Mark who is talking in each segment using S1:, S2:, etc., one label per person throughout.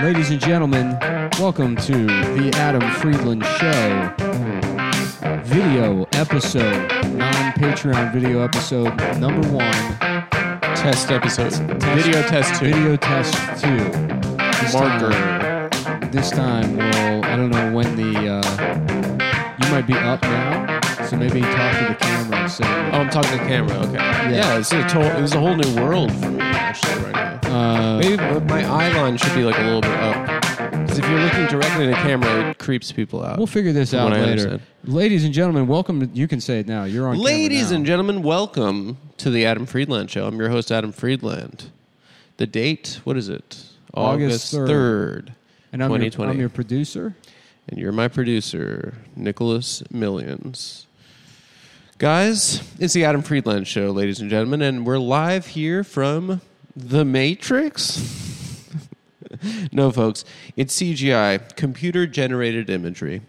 S1: Ladies and gentlemen, welcome to the Adam Friedland Show. Video episode, non Patreon video episode number one,
S2: Test episode. Video test two.
S1: video test two. This
S2: Marker.
S1: Time, this time, we'll, I don't know when the, uh, you might be up now, so maybe talk to the camera and say,
S2: Oh, I'm talking to the camera. Okay. Yeah, it's a total. It was a whole new world for me actually right now.
S1: uh,
S2: Maybe my eye line should be like a little bit up. Because if you're looking directly at a camera, it creeps people out.
S1: we'll figure this
S2: From
S1: out
S2: what I
S1: later.
S2: understand.
S1: Ladies and gentlelemen, welcome. To, you can say it now. You're on. camera
S2: Ladies
S1: now.
S2: and gentlemen, welcome to the Adam Friedland Show. I'm your host, Adam Friedland. The date, what is it?
S1: August 3rd.
S2: 3rd.
S1: and I'm your,
S2: 2020.
S1: I'm your producer.
S2: And you're my producer, Nicholas Millions. Guys, it's the Adam Friedland Show, ladies and gentlemen, and we're live here from The Matrix. no, folks, it's CGI, computer generated imagery,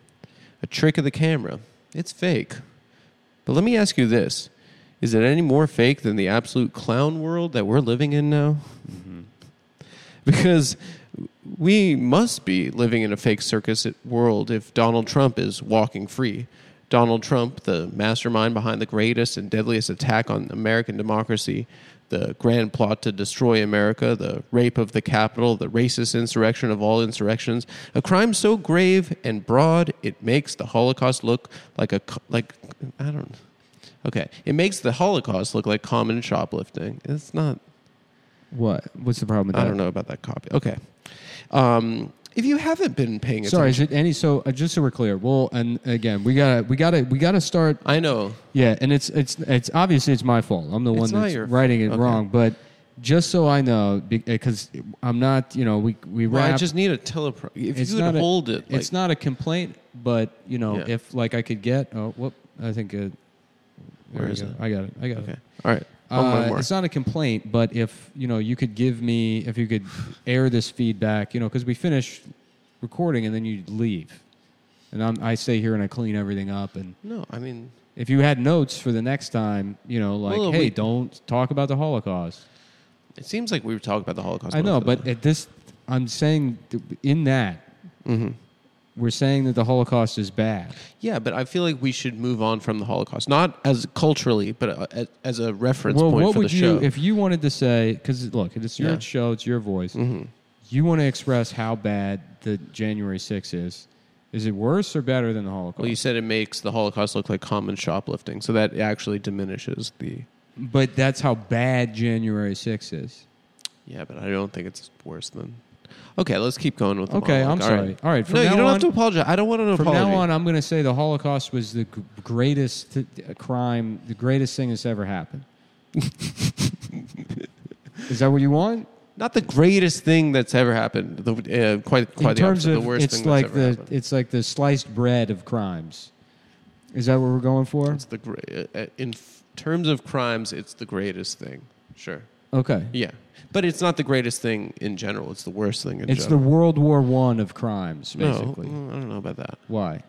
S2: a trick of the camera. It's fake. But let me ask you this is it any more fake than the absolute clown world that we're living in now? because we must be living in a fake circus world if Donald Trump is walking free. Donald Trump, the mastermind behind the greatest and deadliest attack on American democracy, the grand plot to destroy America, the rape of the Capitol, the racist insurrection of all insurrections, a crime so grave and broad it makes the Holocaust look like a co- like I don't Okay, it makes the Holocaust look like common shoplifting. It's not
S1: What? What's the problem with that?
S2: I don't know about that copy. Okay. Um, if you haven't been paying attention,
S1: Sorry, is it any? So uh, just so we're clear, well, and again, we gotta, we gotta, we gotta start.
S2: I know.
S1: Yeah, and it's, it's, it's obviously it's my fault. I'm the one
S2: It's not
S1: that's
S2: your-
S1: writing it
S2: okay.
S1: wrong, but just so I know, because I'm not, you know, we we
S2: Well,
S1: rap.
S2: I just need a teleprompter. If
S1: it's
S2: you would
S1: not a-
S2: hold it, like,
S1: it's not a complaint, but you know,
S2: Yeah.
S1: if like I could get, oh, whoop, I think. Uh,
S2: Where
S1: there we
S2: is
S1: go.
S2: it?
S1: I got it. I got
S2: Okay.
S1: it.
S2: All right. Oh, one
S1: Uh,
S2: more.
S1: it's not a complaint, but if you know, you could give me, if you could air this feedback, you know, because we finish recording and then you leave, and I'm, I stay here and I clean everything up, and
S2: No, I mean,
S1: if you had notes for the next time, you know, like,
S2: Well,
S1: hey,
S2: we-
S1: don't talk about the Holocaust.
S2: it seems like we were talking about the Holocaust.
S1: I know,
S2: most of
S1: but
S2: the-
S1: at this, I'm saying th- in that,
S2: Mm-hmm.
S1: we're saying that the Holocaust is bad.
S2: yeah, but I feel like we should move on from the Holocaust, not as culturally, but uh, as, as a reference
S1: well,
S2: point
S1: what
S2: for
S1: would
S2: the
S1: you,
S2: show.
S1: if you wanted to say, because look, it's your
S2: Yeah. Mm-hmm.
S1: show, it's your voice. You want to express how bad the January 6th is. Is it worse or better than the Holocaust?
S2: well, you said it makes the Holocaust look like common shoplifting, so that actually diminishes the.
S1: but that's how bad January 6th is.
S2: Yeah, but I don't think it's worse than. Okay, let's keep going with the
S1: Okay, I'm
S2: monologue.
S1: sorry.
S2: All right.
S1: All right, from
S2: no, you
S1: now
S2: don't
S1: on-
S2: have to apologize. I don't want an
S1: From
S2: apology.
S1: now on, I'm going to say the Holocaust was the g- greatest th- crime, the greatest thing that's ever happened. is that what you want?
S2: not the greatest thing that's ever happened. The, uh, quite, quite
S1: in
S2: the
S1: terms
S2: opposite.
S1: of
S2: the worst
S1: it's
S2: thing
S1: like
S2: that's ever
S1: the
S2: happened.
S1: it's like the sliced bread of crimes. Is that what we're going for?
S2: It's the gra- uh, uh, in f- terms of crimes, it's the greatest thing. Sure,
S1: Okay.
S2: yeah, but it's not the greatest thing in general. It's the worst thing in
S1: It's the
S2: general.
S1: World War One of crimes,
S2: no.
S1: basically.
S2: mm, I don't know about that.
S1: Why?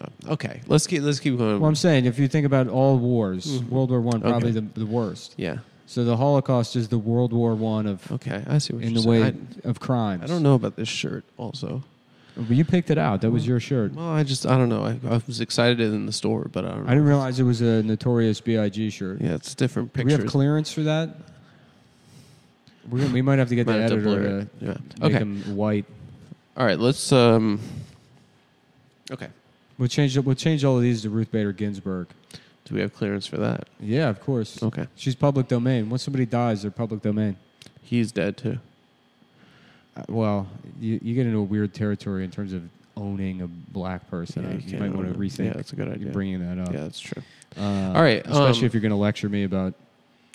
S2: Uh, Okay, let's keep let's keep going.
S1: Well, I'm saying if you think about all wars,
S2: Mm-hmm.
S1: World War One probably the, the worst.
S2: yeah.
S1: So the Holocaust is the World War One of
S2: Okay, Oh, I see what
S1: in
S2: you're
S1: the way
S2: saying.
S1: of crimes.
S2: I, I don't know about this shirt. Also,
S1: But you picked it out. That was your shirt.
S2: well, I just I don't know. I, I was excited in the store, but I don't.
S1: I didn't realize it was a Notorious B.I.G. shirt.
S2: yeah, it's different
S1: we have
S2: pictures.
S1: clearance for that. We're gonna, we might have to get
S2: Might
S1: the
S2: have to blur
S1: editor to,
S2: it. Yeah.
S1: make
S2: Okay.
S1: them white.
S2: All right, let's. um Okay,
S1: We'll change we'll change all of these to Ruth Bader Ginsburg.
S2: do we have clearance for that?
S1: Yeah, of course.
S2: Okay.
S1: She's public domain. Once somebody dies, they're public domain.
S2: He's dead too.
S1: Uh, Well, you, you get into a weird territory in terms of owning a black person.
S2: Yeah,
S1: Uh,
S2: you
S1: you
S2: can't
S1: might want
S2: own
S1: to
S2: them.
S1: rethink
S2: Yeah, that's a good idea.
S1: bringing that up.
S2: Yeah, that's true.
S1: Uh,
S2: All right,
S1: Especially
S2: um,
S1: if you're going to lecture me about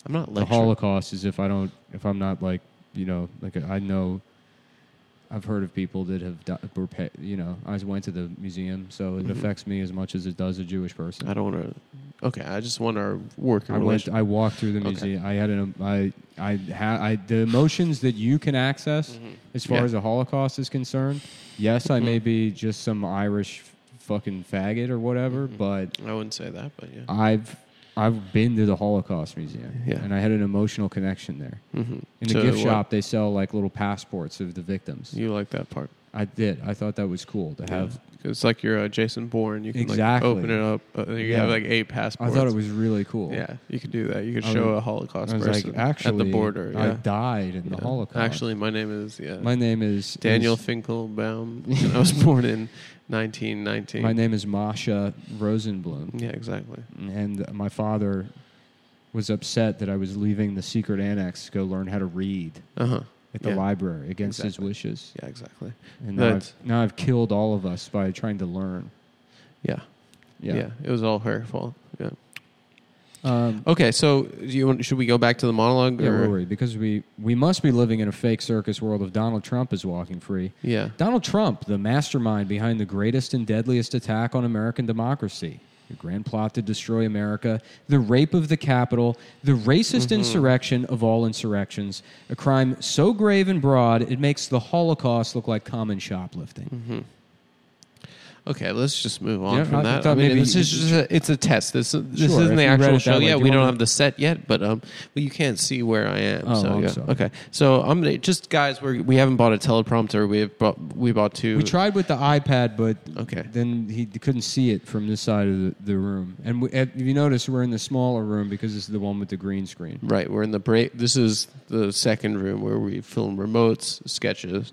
S2: I'm not
S1: the
S2: lecturing.
S1: Holocaust, as if I don't, if I'm not like, you know, like I know, I've heard of people that have, di- were, pa- you know, I went to the museum, so it
S2: Mm-hmm.
S1: affects me as much as it does a Jewish person.
S2: I don't want to. Okay, I just want our work and
S1: I went.
S2: relation.
S1: I walked through the
S2: Okay.
S1: museum. I had an. um, I. I, ha, I. The emotions that you can access, as far
S2: Mm-hmm. Yeah. Mm-hmm.
S1: as the Holocaust is concerned. Yes, I may be just
S2: Mm-hmm.
S1: some Irish fucking faggot or whatever, but Uh,
S2: I wouldn't say that, but yeah.
S1: I've I've been to the Holocaust Museum,
S2: Yeah.
S1: and I had an emotional connection there.
S2: Mm-hmm.
S1: In the gift shop, they sell like little passports of the victims.
S2: you like that part?
S1: I did. I thought that was cool to have.
S2: It's like you're uh, Jason Bourne. You can
S1: Exactly.
S2: like open it up. Uh, you
S1: Yeah.
S2: have like eight
S1: I
S2: passports.
S1: thought it was really cool.
S2: Yeah, you could do that. You could
S1: I was
S2: show
S1: like-
S2: a Holocaust
S1: I was
S2: person
S1: like, actually,
S2: at the border.
S1: I
S2: yeah.
S1: died in the
S2: Yeah.
S1: Holocaust.
S2: Actually, my name is yeah
S1: my name is
S2: Daniel
S1: is-
S2: Finkelbaum. and I was born in 1919.
S1: my name is Masha Rosenblum,
S2: Yeah, exactly.
S1: and my father was upset that I was leaving the secret annex to go learn how to read
S2: Uh huh.
S1: at the
S2: Yeah.
S1: library against
S2: Exactly.
S1: his wishes.
S2: Yeah, exactly.
S1: And now I've,
S2: That's-
S1: now I've killed all of us by trying to learn.
S2: Yeah. yeah,
S1: Yeah.
S2: It was all her fault. Yeah.
S1: Um,
S2: Okay, so do you want, should we go back to the monologue?
S1: Yeah,
S2: or-
S1: where were we? Because we we must be living in a fake circus world if Donald Trump is walking free.
S2: yeah.
S1: Donald Trump, the mastermind behind the greatest and deadliest attack on American democracy, the grand plot to destroy America, the rape of the Capitol, the
S2: Mm-hmm.
S1: racist insurrection of all insurrections, a crime so grave and broad it makes the Holocaust look like common shoplifting.
S2: Mm-hmm. Okay, let's just move on
S1: Yeah,
S2: from
S1: I
S2: that.
S1: thought
S2: I mean,
S1: maybe
S2: this
S1: you
S2: is
S1: could-
S2: just a, it's a test. This this
S1: Sure,
S2: isn't
S1: if
S2: the
S1: you read
S2: actual
S1: it that
S2: show
S1: way,
S2: yet.
S1: do
S2: We
S1: you
S2: don't
S1: wanna-
S2: have the set yet, but um, well, you can't see where I am.
S1: Oh,
S2: so
S1: I'm
S2: yeah.
S1: sorry.
S2: okay. So I'm gonna- just guys. We we haven't bought a teleprompter. We have bought we bought two.
S1: We tried with the iPad, but
S2: Okay.
S1: then he d- couldn't see it from this side of the, the room. And we, if you notice, we're in the smaller room because this is the one with the green screen.
S2: Right, we're in the break. This is the second room where we film remotes, sketches.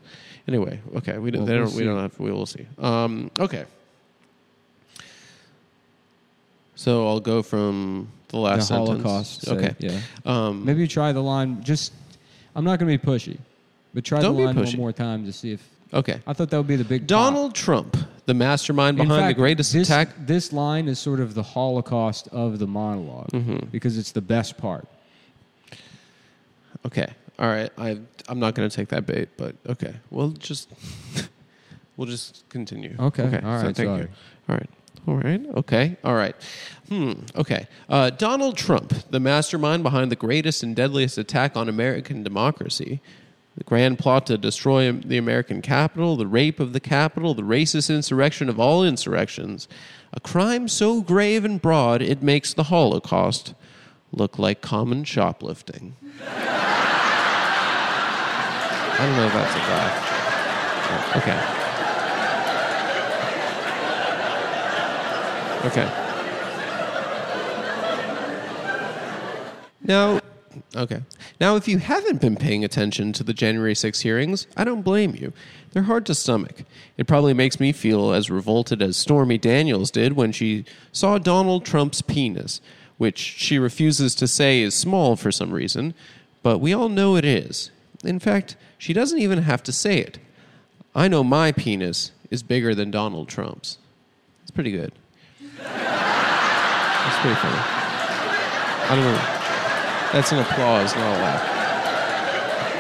S2: Anyway, okay, we don't.
S1: Well,
S2: they
S1: we'll
S2: don't we
S1: see.
S2: don't have. We will see. Um, okay. So I'll go from the last
S1: the
S2: sentence.
S1: Holocaust. say,
S2: Okay.
S1: yeah.
S2: Um,
S1: Maybe you try the line. Just, I'm not going to be pushy, but try
S2: Don't
S1: the
S2: be
S1: line
S2: pushy.
S1: one more time to see if.
S2: okay.
S1: I thought that would be the big
S2: Donald Trump, the mastermind
S1: pop. In
S2: behind
S1: fact,
S2: the greatest
S1: this,
S2: attack.
S1: This line is sort of the Holocaust of the monolog
S2: Mm-hmm.
S1: because it's the best part.
S2: Okay. All right. I I'm not going to take that bait, but okay. We'll just we'll just continue.
S1: Okay. All
S2: so
S1: right,
S2: thank
S1: sorry.
S2: you. All right. All right. Okay. All right. Hmm. Okay. Uh, Donald Trump, the mastermind behind the greatest and deadliest attack on American democracy, the grand plot to destroy the American Capitol, the rape of the Capitol, the racist insurrection of all insurrections, a crime so grave and broad it makes the Holocaust look like common shoplifting. I don't know if that's a laugh. Okay. Okay. Now, okay. Now, if you haven't been paying attention to the January 6 hearings, I don't blame you. They're hard to stomach. It probably makes me feel as revolted as Stormy Daniels did when she saw Donald Trump's penis, which she refuses to say is small for some reason, but we all know it is. In fact, she doesn't even have to say it. I know my penis is bigger than Donald Trump's. It's pretty good. That's pretty funny. I don't know. That's an applause, not a laugh.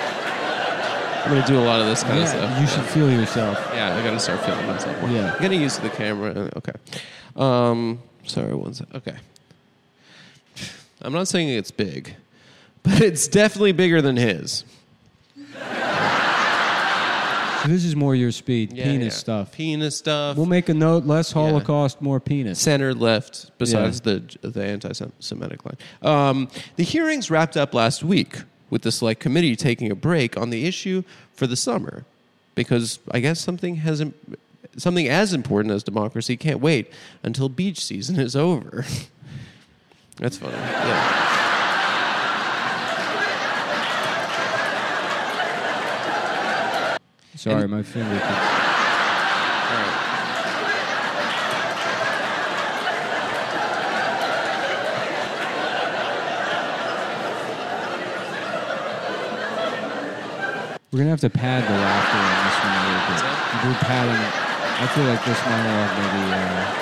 S2: I'm gonna do a lot of this kind of stuff.
S1: Yeah, you should feel yourself.
S2: Yeah, I gotta start filming myself. more.
S1: Yeah.
S2: I'm getting used to the camera. uh, Okay. Um, sorry, one sec. Okay. I'm not saying it's big, but it's definitely bigger than his.
S1: So this is more your speed,
S2: Yeah,
S1: penis
S2: yeah.
S1: stuff.
S2: Penis stuff.
S1: We'll make a note: less Holocaust, more penis.
S2: center left besides the the anti-Semitic line. Um, the hearings wrapped up last week with the select committee taking a break on the issue for the summer because I guess something hasn't something as important as democracy can't wait until beach season is over. That's funny. Yeah.
S1: Sorry, my finger. keeps-
S2: All right.
S1: We're gonna have to pad the laughter on this one a little bit. We're padding. I feel like this monologue maybe. Uh,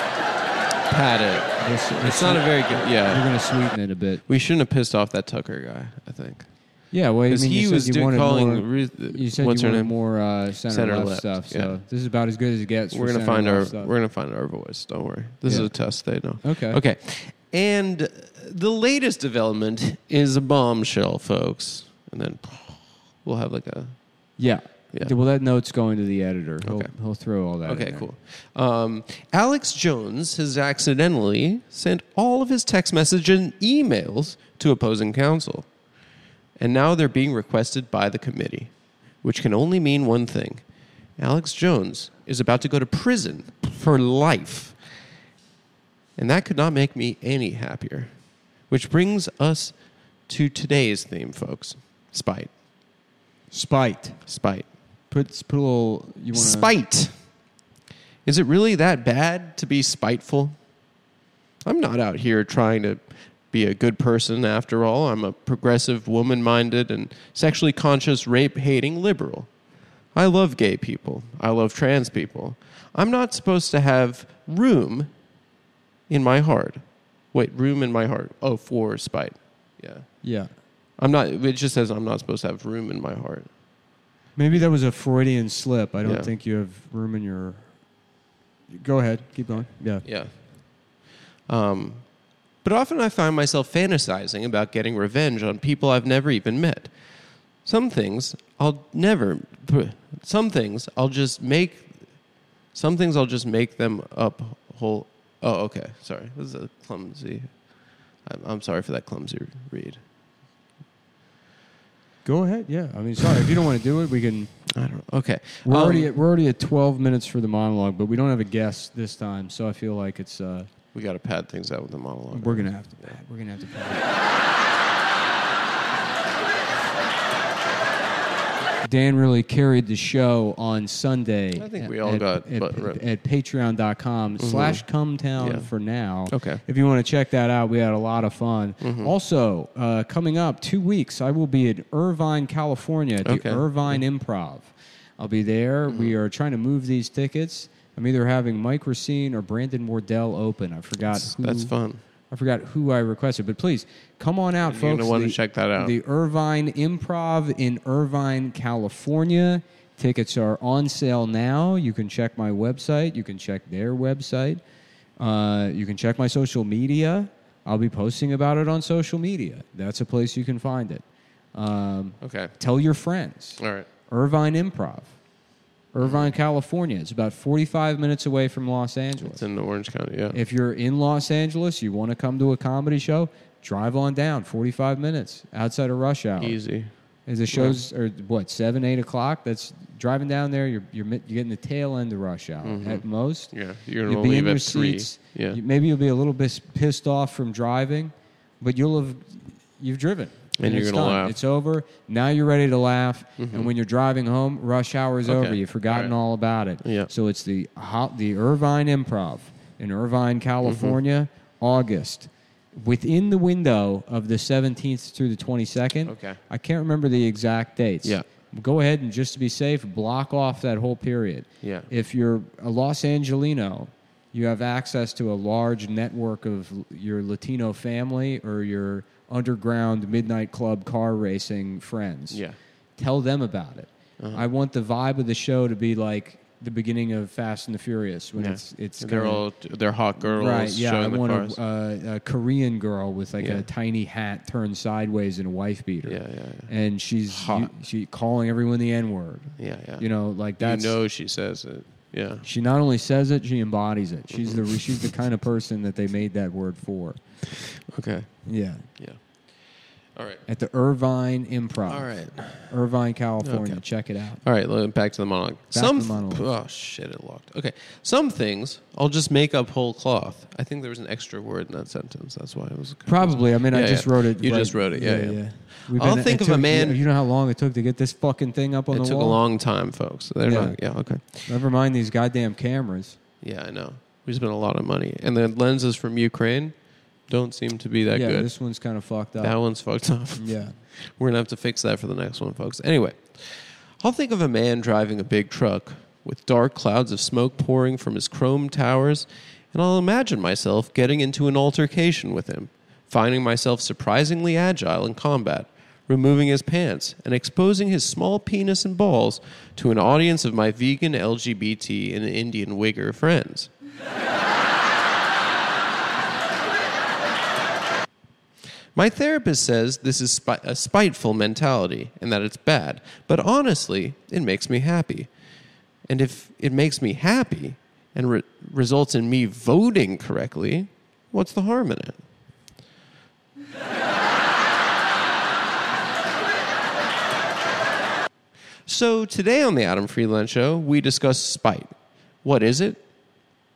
S2: Pat it.
S1: this,
S2: It's not a very good.
S1: We're
S2: Yeah.
S1: gonna sweeten it a bit.
S2: We shouldn't have pissed off that Tucker guy. I think
S1: Yeah, well, I
S2: because
S1: mean, you
S2: he
S1: said
S2: was
S1: you
S2: do-
S1: wanted
S2: calling.
S1: more-
S2: Ruth,
S1: You said
S2: what's
S1: you
S2: her
S1: wanted
S2: name?
S1: more uh, center,
S2: Center
S1: left,
S2: left,
S1: stuff. So
S2: yeah.
S1: this is about as good as it gets. for
S2: We're
S1: center
S2: gonna find
S1: left
S2: our
S1: stuff.
S2: we're gonna find our voice. Don't worry. This
S1: Yeah.
S2: is a test. They know.
S1: Okay.
S2: Okay. And uh, the latest development is a bombshell, folks. And then we'll have like a
S1: yeah.
S2: Yeah.
S1: Well, that note's going to the editor. He'll,
S2: Okay.
S1: he'll throw all that. in
S2: Okay,
S1: there.
S2: cool. Um, Alex Jones has accidentally sent all of his text messages and emails to opposing counsel. And now they're being requested by the committee, which can only mean one thing Alex Jones is about to go to prison for life. And that could not make me any happier. Which brings us to today's theme, folks spite.
S1: Spite.
S2: Spite.
S1: Put, put a little. You want
S2: Spite. Is it really that bad to be spiteful? I'm not out here trying to be a good person after all. I'm a progressive, woman minded, and sexually conscious, rape hating liberal. I love gay people. I love trans people. I'm not supposed to have room in my heart. Wait, room in my heart. Oh, for spite. Yeah.
S1: Yeah.
S2: I'm not, it just says I'm not supposed to have room in my heart.
S1: Maybe that was a Freudian slip. I don't
S2: Yeah.
S1: think you have room in your. Go ahead. Keep going. Yeah.
S2: Yeah. Um, but often I find myself fantasizing about getting revenge on people I've never even met. Some things I'll never. Some things I'll just make. Some things I'll just make them up whole. Oh, okay. Sorry, this is a clumsy. I'm, I'm sorry for that clumsy read.
S1: Go ahead. Yeah. I mean, sorry. if you don't want to do it, we can.
S2: I don't. Okay.
S1: We're,
S2: Um,
S1: already at, we're already at 12 minutes for the monologue, but we don't have a guest this time, so I feel like it's. Uh,
S2: we got to pad things out with the monologue.
S1: we're going to have to. We're going to have to. Dan really carried the show on Sunday.
S2: I think
S1: at-
S2: we all
S1: at,
S2: got
S1: at,
S2: butt ripped.
S1: at patreon.com slash cumtown
S2: Yeah.
S1: for now.
S2: Okay. Mm-hmm.
S1: If you want to check that out, we had a lot of fun. Also, uh, coming up two weeks, I will be in Irvine, California at the
S2: Okay. Mm-hmm.
S1: Irvine Improv. I'll be there. We are trying to move these tickets. I'm either having Mike Racine or Brandon Wardell open. I forgot
S2: That's,
S1: who
S2: that's fun.
S1: I forgot who I requested, but please come on out,
S2: You're
S1: folks.
S2: gonna wanna
S1: The-
S2: check that out.
S1: The Irvine Improv in Irvine, California. Tickets are on sale now. You can check my website. You can check their website. Uh, you can check my social media. I'll be posting about it on social media. That's a place you can find it. Um,
S2: Okay.
S1: tell your friends.
S2: All right.
S1: Irvine Improv, Irvine, California. It's about 45 minutes away from Los Angeles.
S2: It's in the Orange County. Yeah.
S1: If you're in Los Angeles, you want to come to a comedy show, drive on down 45 minutes outside of rush hour.
S2: Easy.
S1: Is the shows are what seven, eight o'clock? That's driving down there. You're you're, mi- you're getting the tail end of rush hour at most.
S2: Yeah, you're gonna
S1: You'll be
S2: leave
S1: in
S2: at
S1: your
S2: three.
S1: seats.
S2: Yeah.
S1: You- maybe you'll be a little bit pissed off from driving, but you'll have you've driven.
S2: And you're
S1: it's
S2: gonna
S1: done.
S2: laugh. Mm-hmm.
S1: It's over. Now you're ready to laugh. And when you're driving home, rush hour is
S2: Okay.
S1: over. You've forgotten
S2: All
S1: all about it.
S2: Yeah.
S1: So it's the ho- the Irvine Improv in Irvine, California,
S2: Mm-hmm.
S1: August. Within the window of the 17th through the 22nd.
S2: Okay.
S1: I can't remember the exact dates.
S2: Yeah.
S1: Go ahead and just to be safe, block off that whole period.
S2: Yeah.
S1: If you're a Los Angelino, you have access to a large network of l- your Latino family or your underground midnight club car racing friends.
S2: Yeah. Uh-huh.
S1: Tell them about it. I want the vibe of the show to be like the beginning of Fast and the Furious when
S2: Yeah.
S1: it's it's
S2: they're
S1: kinda-
S2: all they're hot girls
S1: Right, yeah,
S2: showing
S1: I
S2: the
S1: want
S2: cars.
S1: a, uh, a Korean girl with like
S2: Yeah.
S1: a tiny hat turned sideways and a wife beater.
S2: Yeah, yeah, yeah.
S1: And she's
S2: Hot.
S1: she calling everyone the N word.
S2: yeah, yeah.
S1: You know, like
S2: You
S1: that's
S2: know she says it. Yeah.
S1: she not only says it, she embodies it. She's the she's the kind of person that they made that word for.
S2: Okay.
S1: Yeah.
S2: Yeah. All right.
S1: At the Irvine Improv.
S2: All right.
S1: Irvine, California.
S2: Okay.
S1: Check it out.
S2: All right. let- Back to the monologue.
S1: to
S2: Some
S1: the monologue.
S2: oh shit, it locked. Okay. Some things I'll just make up whole cloth. I think there was an extra word in that sentence. That's why it was.
S1: Probably. I mean, I
S2: Yeah,
S1: just
S2: yeah.
S1: wrote it.
S2: You
S1: right-
S2: just wrote it. Yeah, yeah.
S1: We've
S2: I'll
S1: been-
S2: think
S1: it
S2: of a
S1: took-
S2: man-
S1: You know how long it took to get this fucking thing up on
S2: It
S1: the
S2: took
S1: wall.
S2: a long time, folks. They're
S1: Yeah.
S2: not. Yeah. Okay.
S1: Never mind these goddamn cameras.
S2: Yeah, I know. We spent a lot of money, and the lenses from Ukraine don't seem to be that
S1: yeah,
S2: good.
S1: this one's kind of fucked up.
S2: that one's fucked up.
S1: yeah.
S2: We're gonna have to fix that for the next one, folks. Anyway, I'll think of a man driving a big truck with dark clouds of smoke pouring from his chrome towers, and I'll imagine myself getting into an altercation with him, finding myself surprisingly agile in combat, removing his pants, and exposing his small penis and balls to an audience of my vegan, LGBT, and Indian Uyghur friends. My therapist says this is spi- a spiteful mentality and that it's bad, but honestly, it makes me happy. And if it makes me happy and re- results in me voting correctly, what's the harm in it? So today on the Adam Freeland Show, we discuss spite. What is it?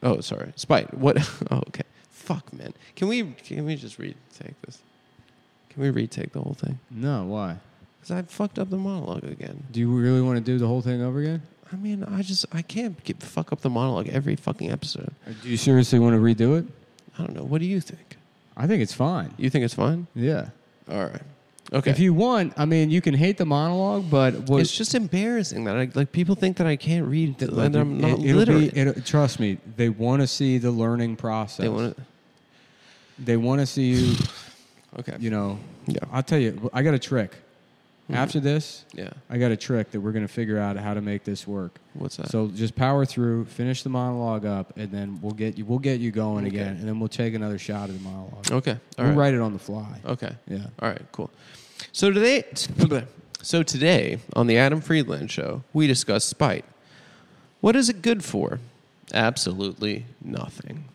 S2: Oh, sorry, spite. What? Oh, okay. Fuck, man. Can we can we just retake this? Can we retake the whole thing?
S1: No, why?
S2: Because I fucked up the monologue again.
S1: Do you really want to do the whole thing over again?
S2: I mean, I just I can't get, fuck up the monologue every fucking episode.
S1: Or Uh, do you seriously want to redo it?
S2: I don't know. What do you think?
S1: I think it's fine.
S2: You think it's fine?
S1: Yeah.
S2: All right. Okay.
S1: If you want, I mean, you can hate the monologue, but what,
S2: it's just embarrassing that I, like people think that I can't read that, that I'm not
S1: it, it'll
S2: literate.
S1: be- it'll- trust me, they want to see the learning process.
S2: they want to.
S1: They want to see you.
S2: Okay.
S1: You know.
S2: Yeah.
S1: I'll tell you. I got a trick.
S2: Mm-hmm.
S1: After this,
S2: Yeah.
S1: I got a trick that we're going to figure out how to make this work.
S2: What's that?
S1: So just power through, finish the monologue up, and then we'll get you. We'll get you going
S2: Okay.
S1: again, and then we'll take another shot at the monologue.
S2: okay. All
S1: we'll
S2: right.
S1: write it on the fly.
S2: Okay.
S1: Yeah.
S2: All right, cool. So today, so today on the Adam Friedland show, we discuss spite. What is it good for? Absolutely nothing.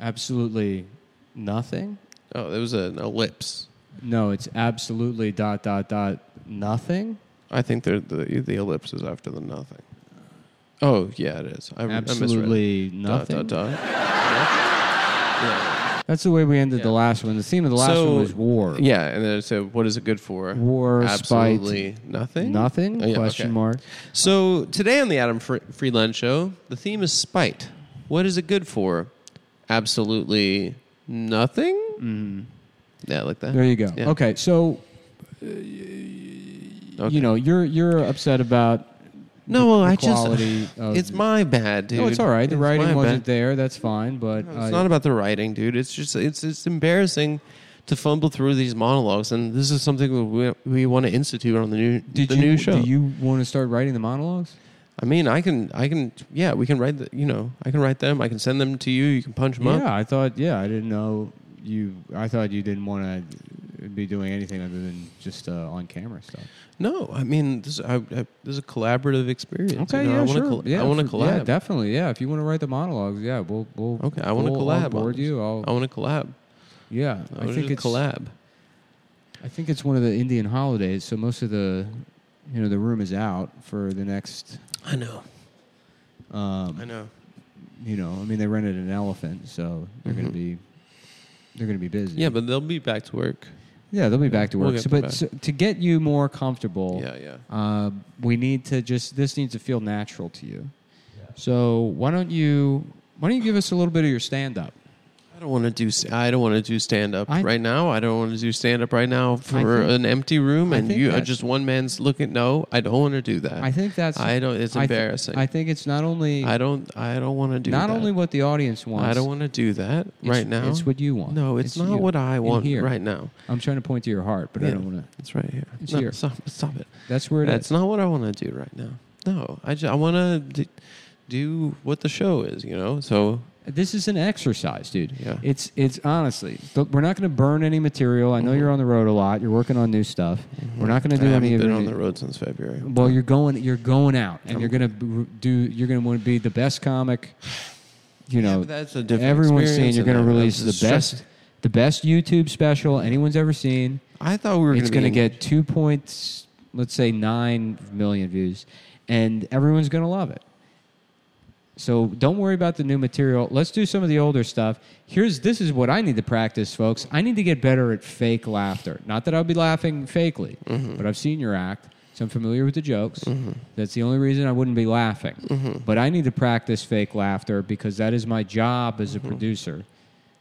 S1: Absolutely nothing.
S2: Oh, there was an ellipse.
S1: No, it's absolutely dot dot dot nothing.
S2: I think they're the the ellipse is after the nothing. Oh yeah, it is. I, I misread it.
S1: Absolutely nothing.
S2: Dot, dot, dot.
S1: That's the way we ended the last one. The theme of the last
S2: So-
S1: one was war.
S2: Yeah, and then it said, "What is it good for?"
S1: War,
S2: Absolutely nothing.
S1: Nothing?
S2: Oh, yeah,
S1: question
S2: okay.
S1: mark.
S2: So today on the Adam Fre- Friedland Show, the theme is spite. What is it good for? Absolutely nothing. Mm. Yeah, like that.
S1: There you go.
S2: Yeah.
S1: Okay, so
S2: Okay.
S1: you know you're you're upset about
S2: no, well, I just
S1: quality. of,
S2: it's my bad, dude.
S1: no, it's all right. The writing
S2: my
S1: wasn't
S2: bad.
S1: there. That's fine, but
S2: It's
S1: uh,
S2: not about the writing, dude. It's just it's it's embarrassing to fumble through these monologues, and this is something we we want to institute on the new
S1: did
S2: the
S1: you
S2: new show.
S1: do you want to start writing the monologues?
S2: I mean, I can I can yeah, we can write the, you know I can write them. I can send them to you. You can punch them up.
S1: Yeah, I thought. Yeah, I didn't know you. I thought you didn't want to be doing anything other than just uh, on camera stuff.
S2: No, I mean this. I, I, this is a collaborative experience. you
S1: Okay,
S2: know? I
S1: yeah,
S2: wanna
S1: sure.
S2: col-
S1: yeah,
S2: I want to
S1: for-
S2: collab.
S1: Yeah, definitely. Yeah, if you want to write the monologues, yeah, we'll we'll.
S2: okay, I want to
S1: we'll
S2: collab. on
S1: Board
S2: this.
S1: you? I'll,
S2: I want to collab.
S1: yeah,
S2: I,
S1: I
S2: wanna
S1: think
S2: just
S1: it's
S2: collab.
S1: I think it's one of the Indian holidays, so most of the you know the room is out for the next.
S2: I know.
S1: Um,
S2: I know.
S1: you know, I mean, they rented an elephant, so they're going
S2: Mhm.
S1: to be they're going to be busy.
S2: Yeah, but they'll be back to work.
S1: yeah, they'll be back to
S2: We'll
S1: work.
S2: get
S1: so,
S2: them
S1: but
S2: back.
S1: so, to get you more comfortable,
S2: Yeah, yeah.
S1: uh, we need to just this needs to feel natural to you. So why don't you why don't you give us a little bit of your stand up?
S2: I don't want to do. st- I don't want to do stand up
S1: I-
S2: right now. I don't want to do stand up right now for
S1: think-
S2: an empty room
S1: I
S2: and
S1: think
S2: you uh,
S1: that's-
S2: just one man's looking. No, I don't want to do that.
S1: I think that's
S2: Uh, I don't. It's
S1: I thi-
S2: embarrassing.
S1: I think it's not only
S2: I don't. I don't want to do.
S1: not
S2: that.
S1: only what the audience wants.
S2: I don't want to do that
S1: it's-
S2: right now.
S1: It's what you want.
S2: No, it's, not
S1: you.
S2: what I
S1: In
S2: want
S1: here.
S2: right now.
S1: I'm trying to point to your heart, but I
S2: Yeah.
S1: don't want to.
S2: It's right here.
S1: It's
S2: no,
S1: here.
S2: Stop, stop it.
S1: That's where it is.
S2: That's not what I want to do right now. No, I, just, I want to d- do what the show is, you know? So,
S1: This is an exercise, dude.
S2: Yeah.
S1: It's it's honestly. Look, we're not going to burn any material. I know you're on the road a lot. You're working on new stuff. We're not going to
S2: Mm-hmm. I
S1: do
S2: haven't
S1: any of
S2: been
S1: your
S2: on
S1: new-
S2: the road since February.
S1: Well, you're going you're going out and
S2: I'm-
S1: you're going to do you're going to want to be the best comic. You
S2: Yeah,
S1: know,
S2: but that's a different
S1: everyone's saying
S2: experience
S1: you're
S2: than
S1: going to
S2: that.
S1: release the
S2: That's
S1: best
S2: stress-
S1: the best YouTube special anyone's ever seen.
S2: I thought we were
S1: it's going to
S2: be-
S1: get 2 points, let's say 9 million views and everyone's going to love it. So don't worry about the new material. Let's do some of the older stuff. Here's this is what I need to practice, folks. I need to get better at fake laughter. Not that I'll be laughing fakely,
S2: Mm-hmm.
S1: but I've seen your act, so I'm familiar with the jokes. That's the only reason I wouldn't be laughing.
S2: Mm-hmm.
S1: But I need to practice fake laughter because that is my job as a
S2: Mm-hmm.
S1: producer.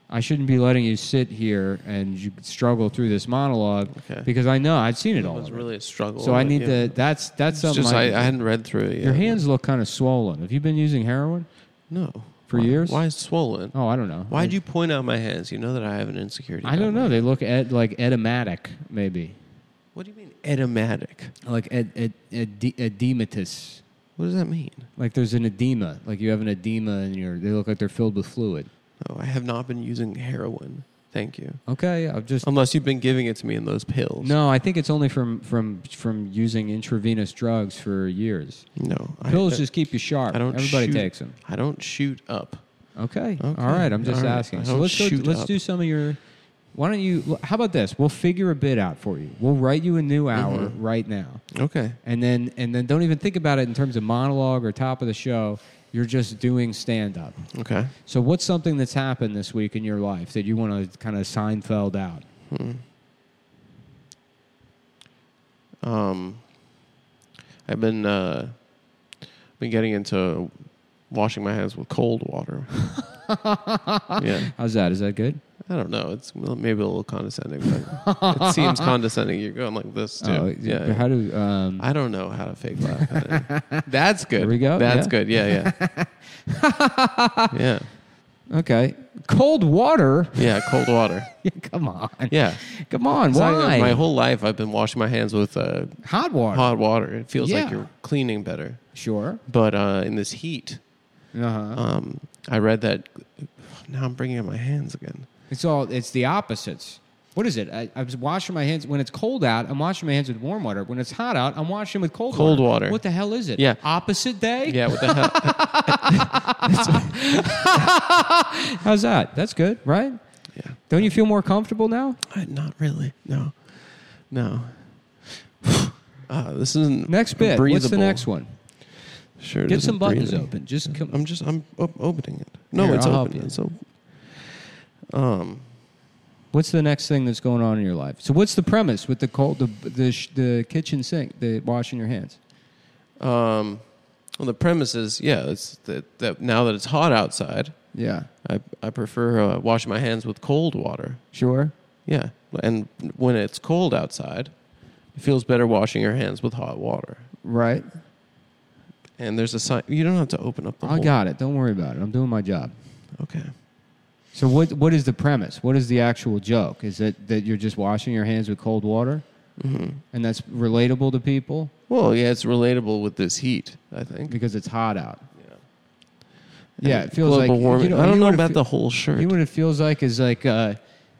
S1: I shouldn't be letting you sit here and you struggle through this monologue
S2: Okay.
S1: because I know I've seen it
S2: It
S1: all.
S2: was
S1: already.
S2: really a struggle.
S1: so I
S2: but,
S1: need
S2: yeah.
S1: to. That's that's
S2: It's
S1: something.
S2: just, I,
S1: I
S2: I
S1: need to-
S2: hadn't read through it yet.
S1: your hands look kind of swollen. Have you been using heroin?
S2: No.
S1: For
S2: Why-
S1: years?
S2: Why swollen?
S1: Oh, I don't know.
S2: Why'd you point out my hands? You know that I have an insecurity.
S1: I don't
S2: about
S1: know.
S2: my-
S1: They look ed, like edematous, maybe
S2: What do you mean edemattic?
S1: like ed, ed, ed, edematous.
S2: What does that mean?
S1: Like there's an edema. Like you have an edema in your. They look like they're filled with fluid.
S2: Oh, I have not been using heroin. Thank you.
S1: Okay, I've just
S2: Unless you've been giving it to me in those pills.
S1: no. I think it's only from from from using intravenous drugs for years.
S2: No. I-
S1: Pills just keep you sharp.
S2: I don't
S1: Everybody
S2: shoot-
S1: takes them.
S2: I don't shoot up.
S1: Okay.
S2: Okay.
S1: All right. I'm just
S2: All right. I
S1: asking. So
S2: don't
S1: let's go.
S2: shoot
S1: Let's
S2: up.
S1: do some of your. Why don't you? How about this? We'll figure a bit out for you. We'll write you a new
S2: Mm-hmm.
S1: hour right now,
S2: Okay.
S1: and then and then don't even think about it in terms of monologue or top of the show. You're just doing stand up.
S2: Okay.
S1: So what's something that's happened this week in your life that you want to kind of Seinfeld out?
S2: Um, I've been uh, been getting into washing my hands with cold water. yeah,
S1: How's that? Is that good?
S2: I don't know. It's well, maybe a little condescending, but it seems condescending. You're going like this too.
S1: Oh,
S2: yeah.
S1: How do? Um,
S2: I don't know how to fake laugh. at it. That's good.
S1: There we go.
S2: That's
S1: Yeah.
S2: good. Yeah, yeah, yeah,
S1: okay. Cold water.
S2: yeah. Cold water.
S1: Come on.
S2: Yeah.
S1: Come on.
S2: 'Cause I-
S1: Why?
S2: my whole life, I've been washing my hands with uh,
S1: Hot water.
S2: hot water. It feels
S1: Yeah.
S2: like you're cleaning better,
S1: Sure.
S2: but uh, in this heat,
S1: Uh huh.
S2: Um, I read that. Now I'm bringing up my hands again.
S1: It's all it's the opposites. What is it? I, I was washing my hands when it's cold out. I'm washing my hands with warm water. When it's hot out, I'm washing with cold
S2: Cold water.
S1: What the hell is it?
S2: Yeah.
S1: opposite day.
S2: Yeah, what the hell?
S1: how's that? That's good, right?
S2: yeah,
S1: Don't you feel more comfortable now?
S2: I- not really. No, no. uh, this isn't
S1: Next bit.
S2: Breathable.
S1: What's the next one?
S2: Sure, it
S1: Get
S2: isn't
S1: some buttons
S2: breathing.
S1: open. Just come.
S2: I'm just I'm op- opening it. No,
S1: Here,
S2: it's
S1: I'll help
S2: open.
S1: you.
S2: It's open. Um,
S1: What's the next thing that's going on in your life? So what's the premise with the cold, the the, sh- the kitchen sink, the washing your hands?
S2: um, well, the premise is yeah. It's that, that now that it's hot outside,
S1: Yeah,
S2: I I prefer uh, washing my hands with cold water.
S1: sure.
S2: Yeah, and when it's cold outside, it feels better washing your hands with hot water.
S1: Right.
S2: And there's a sign. You don't have to open up the.
S1: I
S2: whole-
S1: got it. Don't worry about it. I'm doing my job.
S2: Okay.
S1: So what what is the premise? What is the actual joke? Is it that you're just washing your hands with cold water, mm-hmm. and that's relatable to people
S2: Well, yeah, it's relatable with this heat. I think.
S1: because it's hot out. Yeah, it
S2: And
S1: feels
S2: global
S1: like
S2: warming.
S1: you know-
S2: I
S1: you
S2: don't know
S1: what it
S2: about
S1: fe-
S2: the whole shirt.
S1: You know what it feels like is like, uh,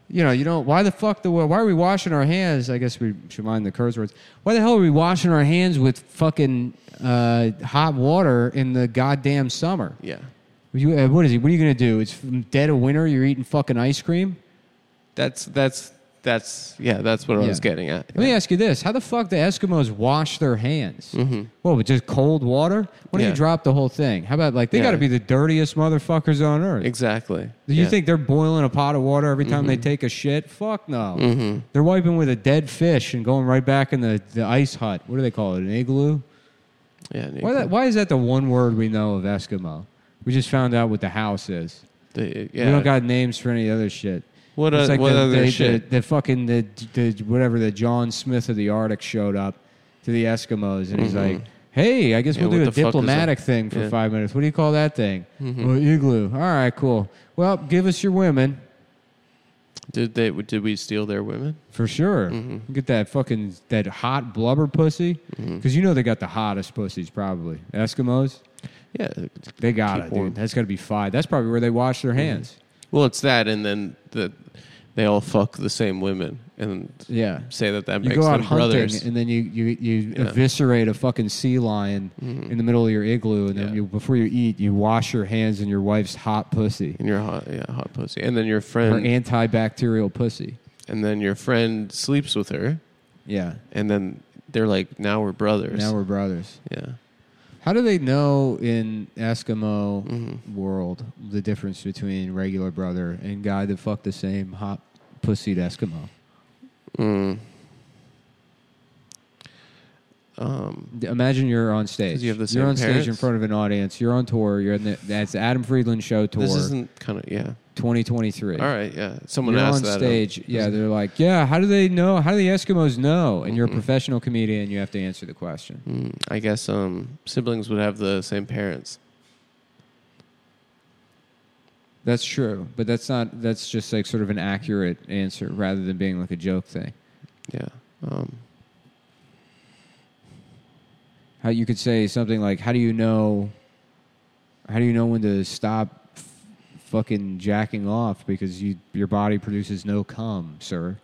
S1: you know, you don't. Why the fuck the why are we washing our hands? I guess we should mind the curse words. Why the hell are we washing our hands with fucking uh, hot water in the goddamn summer?
S2: yeah,
S1: You, uh, what is it? What are you gonna do? It's dead of winter. You're eating fucking ice cream.
S2: that's that's that's yeah, that's what I
S1: Yeah.
S2: was getting at.
S1: Let me ask you this: How the fuck do Eskimos wash their hands? Mm-hmm. Well, with just cold water. Why don't
S2: Yeah.
S1: you drop the whole thing? How about like they
S2: Yeah.
S1: got to be the dirtiest motherfuckers on earth?
S2: Exactly.
S1: Do you
S2: Yeah. Mm-hmm.
S1: think they're boiling a pot of water every time they take a shit? Fuck no. They're wiping with a dead fish and going right back in the, the ice hut. What do they call it? An igloo?
S2: Yeah. Nick,
S1: Why, that, why is that the one word we know of Eskimo? We just found out what the house is.
S2: the-
S1: We
S2: yeah.
S1: don't got names for any other shit.
S2: What
S1: It's
S2: o- what
S1: the,
S2: other
S1: the,
S2: shit?
S1: The, the fucking the, the whatever the John Smith of the Arctic showed up to the Eskimos and he's like, "Hey, I guess
S2: Mm-hmm. Yeah,
S1: we'll do
S2: what
S1: a
S2: the fuck is
S1: diplomatic
S2: that?"
S1: thing for
S2: Yeah. Mm-hmm.
S1: five minutes. What do you call that thing? Well, igloo. All right, cool. Well, give us your women
S2: did they? Did we steal their women?
S1: for sure.
S2: Mm-hmm.
S1: Get that fucking that hot blubber pussy because you know they got the hottest pussies probably. Eskimos,
S2: Yeah.
S1: they got
S2: Keep
S1: it,
S2: warm. Mm-hmm.
S1: dude. That's got to be five. That's probably where they wash their hands.
S2: Well, it's that, and then the, they all fuck the same women, and
S1: Yeah.
S2: say that that
S1: you
S2: makes
S1: go out
S2: them
S1: hunting
S2: brothers.
S1: and then you you, you eviscerate a fucking sea lion in the middle of your igloo and then
S2: Mm-hmm. Yeah.
S1: you, before you eat you wash your hands in your wife's hot pussy
S2: and your hot, yeah, hot pussy, and then your
S1: her
S2: friend,
S1: antibacterial pussy
S2: and then your friend sleeps with her,
S1: yeah
S2: and then they're like, now we're brothers.
S1: now we're brothers
S2: yeah.
S1: how do they know in eskimo
S2: Mm-hmm.
S1: world the difference between regular brother and guy that fucked the same hot pussied eskimo
S2: Mm. Um,
S1: D- Imagine you're on stage.
S2: 'Cause you have the
S1: are
S2: same
S1: on stage in
S2: parents?
S1: front of an audience. You're on tour. You're in the, that's the Adam Friedland show tour,
S2: this isn't kind of yeah.
S1: 2023.
S2: All right, yeah. Someone
S1: you're
S2: asked
S1: on
S2: that. um,
S1: stage. yeah, they're like, yeah. How do they know? How do the Eskimos know? And you're
S2: Mm-hmm.
S1: a professional comedian. You have to answer the question.
S2: mm, I guess um, siblings would have the same parents.
S1: That's true, but that's not. That's just like sort of an accurate answer rather than being like a joke thing.
S2: Yeah. Um,
S1: How you could say something like, "How do you know? How do you know when to stop f- fucking jacking off because you your body produces no cum, sir.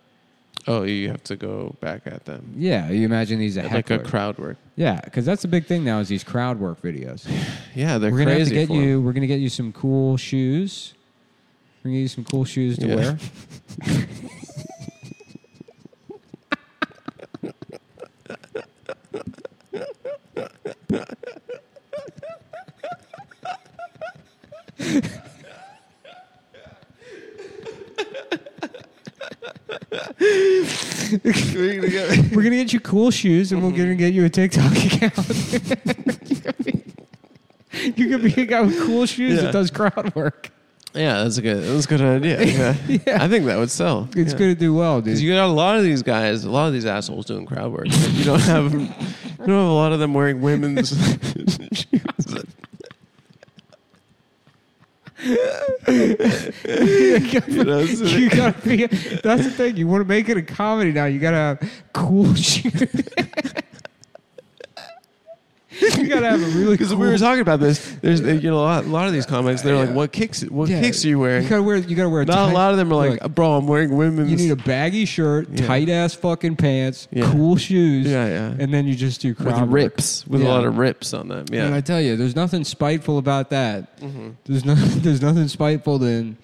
S2: Oh, you have to go back at them.
S1: Yeah, you imagine these a
S2: Like
S1: heckler.
S2: a crowd work.
S1: yeah, because that's the big thing now is these crowd work videos.
S2: Yeah, they're
S1: we're gonna have to
S2: crazy.
S1: get
S2: for 'em.
S1: you. We're gonna get you some cool shoes. We're gonna get you some cool shoes to
S2: Yeah.
S1: wear.
S2: We're gonna get-
S1: We're gonna get you cool shoes, and we're gonna get you a TikTok account. you could be a guy with cool shoes
S2: Yeah.
S1: that does crowd work.
S2: yeah, that's a good. That's a good idea. Yeah. I think that would sell.
S1: It's
S2: Yeah.
S1: gonna do well, dude.
S2: Because you got a lot of these guys, a lot of these assholes doing crowd work. Like, you don't have, you don't have a lot of them wearing women's. you know, so
S1: you gotta be. That's the thing. You want to make it a comedy now. You gotta have cool shoes. you gotta have a really
S2: Because
S1: cool.
S2: we were talking about this, there's you know a lot, a lot of these comics. They're like, "What kicks? What
S1: Yeah.
S2: kicks are you wearing?"
S1: You gotta wear. You gotta wear. A
S2: Not
S1: tight-
S2: a lot of them are like, "Bro, I'm wearing women's."
S1: You need a baggy shirt,
S2: Yeah.
S1: tight ass fucking pants,
S2: Yeah.
S1: cool shoes,
S2: yeah, yeah,
S1: and then you just do crowd
S2: with
S1: work.
S2: rips, with
S1: Yeah.
S2: a lot of rips on them. Yeah, Mm-hmm.
S1: And I tell you, there's nothing spiteful about that. There's no, there's nothing spiteful than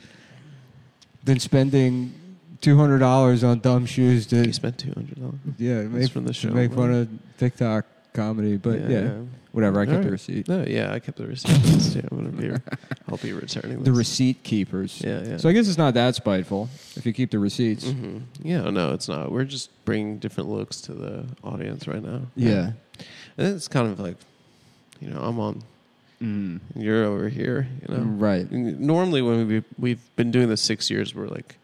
S1: than spending two hundred dollars on dumb shoes
S2: you
S1: to
S2: spent two hundred dollars.
S1: yeah make,
S2: from the
S1: to
S2: show,
S1: make fun
S2: right?
S1: of TikTok comedy. But yeah, whatever. I kept the receipt.
S2: No, yeah, I kept the receipts. yeah, I'm gonna be, I'll be returning
S1: The
S2: this.
S1: receipt keepers.
S2: Yeah, yeah.
S1: So I guess it's not that spiteful if you keep the receipts.
S2: hmm Yeah, no, it's not. We're just bringing different looks to the audience right now.
S1: Yeah.
S2: and it's kind of like, you know, I'm on,
S1: Mm.
S2: you're over here. You know,
S1: Right.
S2: Normally, when we we've been doing this six years, we're like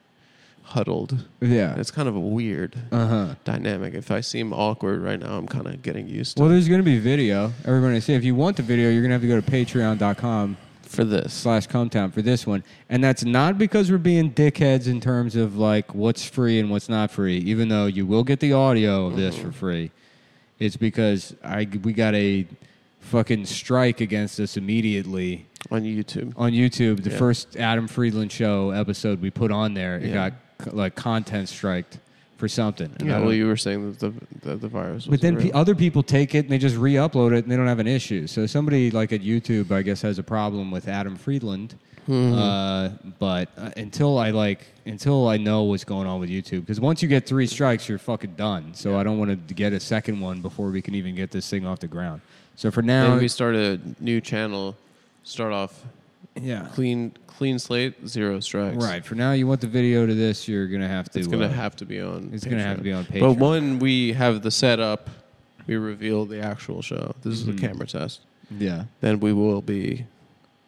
S2: huddled.
S1: Yeah.
S2: It's kind of a weird
S1: Uh huh.
S2: dynamic. If I seem awkward right now, I'm kind of getting used to
S1: Well, there's going to be video. Everyone, I say, if you want the video, you're going to have to go to patreon.com
S2: for this.
S1: slash cometown for this one. And that's not because we're being dickheads in terms of like what's free and what's not free, even though you will get the audio of this
S2: Mm-hmm.
S1: for free. It's because I, we got a fucking strike against us immediately
S2: on YouTube.
S1: on YouTube. The
S2: Yeah.
S1: first Adam Friedland show episode we put on there, it
S2: Yeah.
S1: got got like content striked for something. And I
S2: Yeah,
S1: don't-
S2: well, you were saying that the that the virus. Was
S1: but then pe
S2: real.
S1: other people take it and they just re-upload it and they don't have an issue. So somebody like at YouTube, I guess, has a problem with Adam Friedland.
S2: Hmm.
S1: Uh, but uh, until I like, until I know what's going on with YouTube, because once you get three strikes, you're fucking done. So I don't want to get a second one before we can even get this thing off the ground. So for now,
S2: Then we start a new channel. Start off
S1: yeah,
S2: clean, clean slate, zero strikes.
S1: right. For now, you want the video to this, you're gonna have to.
S2: It's gonna
S1: uh,
S2: have to be on.
S1: it's gonna have to be on
S2: But
S1: Patreon.
S2: when we have the setup, we reveal the actual show. This is a
S1: Mm-hmm.
S2: camera test.
S1: yeah,
S2: Then we will be,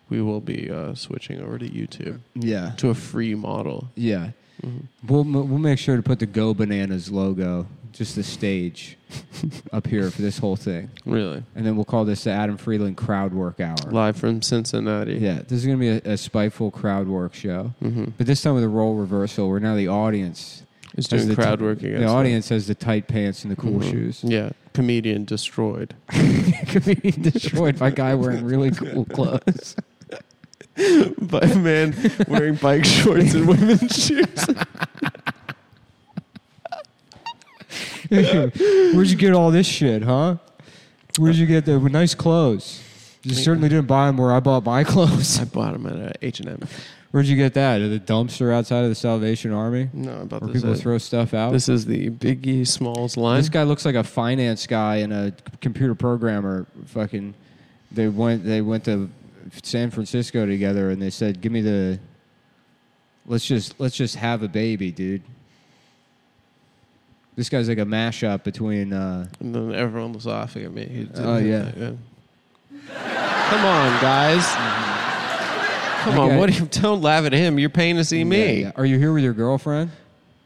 S2: we will be uh, switching over to YouTube
S1: yeah,
S2: to a free model.
S1: yeah.
S2: Mm-hmm.
S1: We'll m- we'll make sure to put the Go Bananas logo, just the stage, up here for this whole thing.
S2: Really
S1: And then we'll call this the Adam Freeland crowd work hour.
S2: live from Cincinnati.
S1: Yeah, this is going to be a, a spiteful crowd work show.
S2: Mm-hmm.
S1: But this time with a role reversal, where now the audience
S2: It's
S1: has
S2: doing
S1: the
S2: crowd
S1: ti-
S2: work against
S1: The
S2: them.
S1: audience has the tight pants and the cool
S2: Mhm.
S1: shoes.
S2: Yeah, comedian destroyed.
S1: Could be destroyed by a guy wearing really cool clothes.
S2: by a man wearing bike shorts and women's shoes.
S1: Where'd you get all this shit, huh? Where'd you get the nice clothes? You certainly didn't buy them where I bought my clothes.
S2: I bought them at uh, H and M.
S1: Where'd you get that? At the dumpster outside of the Salvation Army,
S2: No, I bought
S1: where
S2: this.
S1: people
S2: At,
S1: throw stuff out.
S2: this is the Biggie Smalls line.
S1: This guy looks like a finance guy and a c- computer programmer. Fucking, they went they went to San Francisco together, and they said, "Give me the, let's just let's just have a baby, dude." This guy's like a mashup between. Uh,
S2: And then everyone was laughing at me. He did
S1: Oh,
S2: that,
S1: yeah.
S2: Come on, guys. Come on,
S1: Okay.
S2: what? Are you, don't laugh at him. You're paying to see
S1: yeah,
S2: me.
S1: yeah. Are you here with your girlfriend?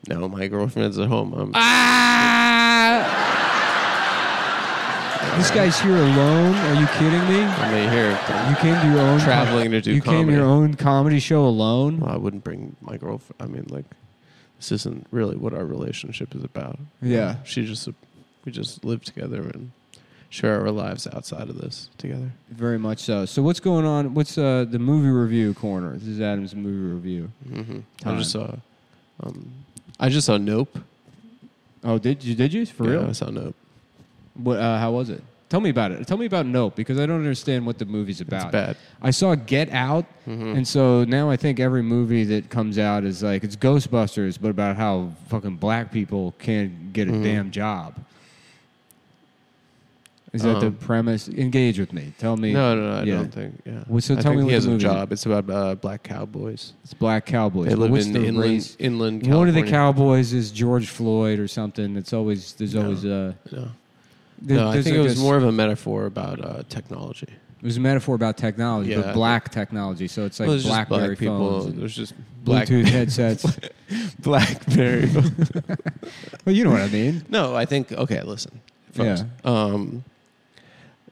S2: No, my girlfriend's at home. I'm,
S1: Ah! this guy's here alone. Are you kidding me?
S2: I'm right here.
S1: You came to your own
S2: Traveling to do
S1: You came to
S2: comedy.
S1: your own comedy show alone.
S2: Well, I wouldn't bring my girlfriend. I mean, like, this isn't really what our relationship is about.
S1: Yeah.
S2: She just, we just live together and share our lives outside of this together.
S1: Very much so. So what's going on? What's uh, the movie review corner? This is Adam's movie review.
S2: Mm-hmm. I just saw, um, I just saw Nope.
S1: Oh, did you? Did you for
S2: Yeah,
S1: real?
S2: I saw Nope.
S1: What? Uh, how was it? Tell me about it. Tell me about Nope because I don't understand what the movie's about.
S2: bad. Mm-hmm.
S1: I saw Get Out, and so now I think every movie that comes out is like it's Ghostbusters, but about how fucking black people can't get a
S2: Mm-hmm.
S1: damn job. Is that the
S2: Um,
S1: premise? Engage with me. Tell me.
S2: No, no, no I
S1: Yeah.
S2: don't think. Yeah.
S1: Well, so
S2: I
S1: tell me what
S2: think he
S1: the
S2: has a
S1: movie is.
S2: job. It's about uh, black cowboys.
S1: It's black cowboys.
S2: They
S1: but
S2: live
S1: what's
S2: in
S1: the
S2: inland,
S1: race?
S2: inland.
S1: One of the
S2: California.
S1: cowboys is George Floyd or something. It's always there's
S2: No.
S1: always uh, a.
S2: No, no I think it was more of a metaphor about uh, technology.
S1: It was a metaphor about technology,
S2: Yeah.
S1: but black technology. So it's like
S2: Well, there's just
S1: BlackBerry
S2: black people.
S1: phones, and
S2: There's just black
S1: Bluetooth headsets.
S2: BlackBerry.
S1: well, you know what I mean.
S2: no, I think okay. Listen,
S1: Yeah.
S2: folks. Um,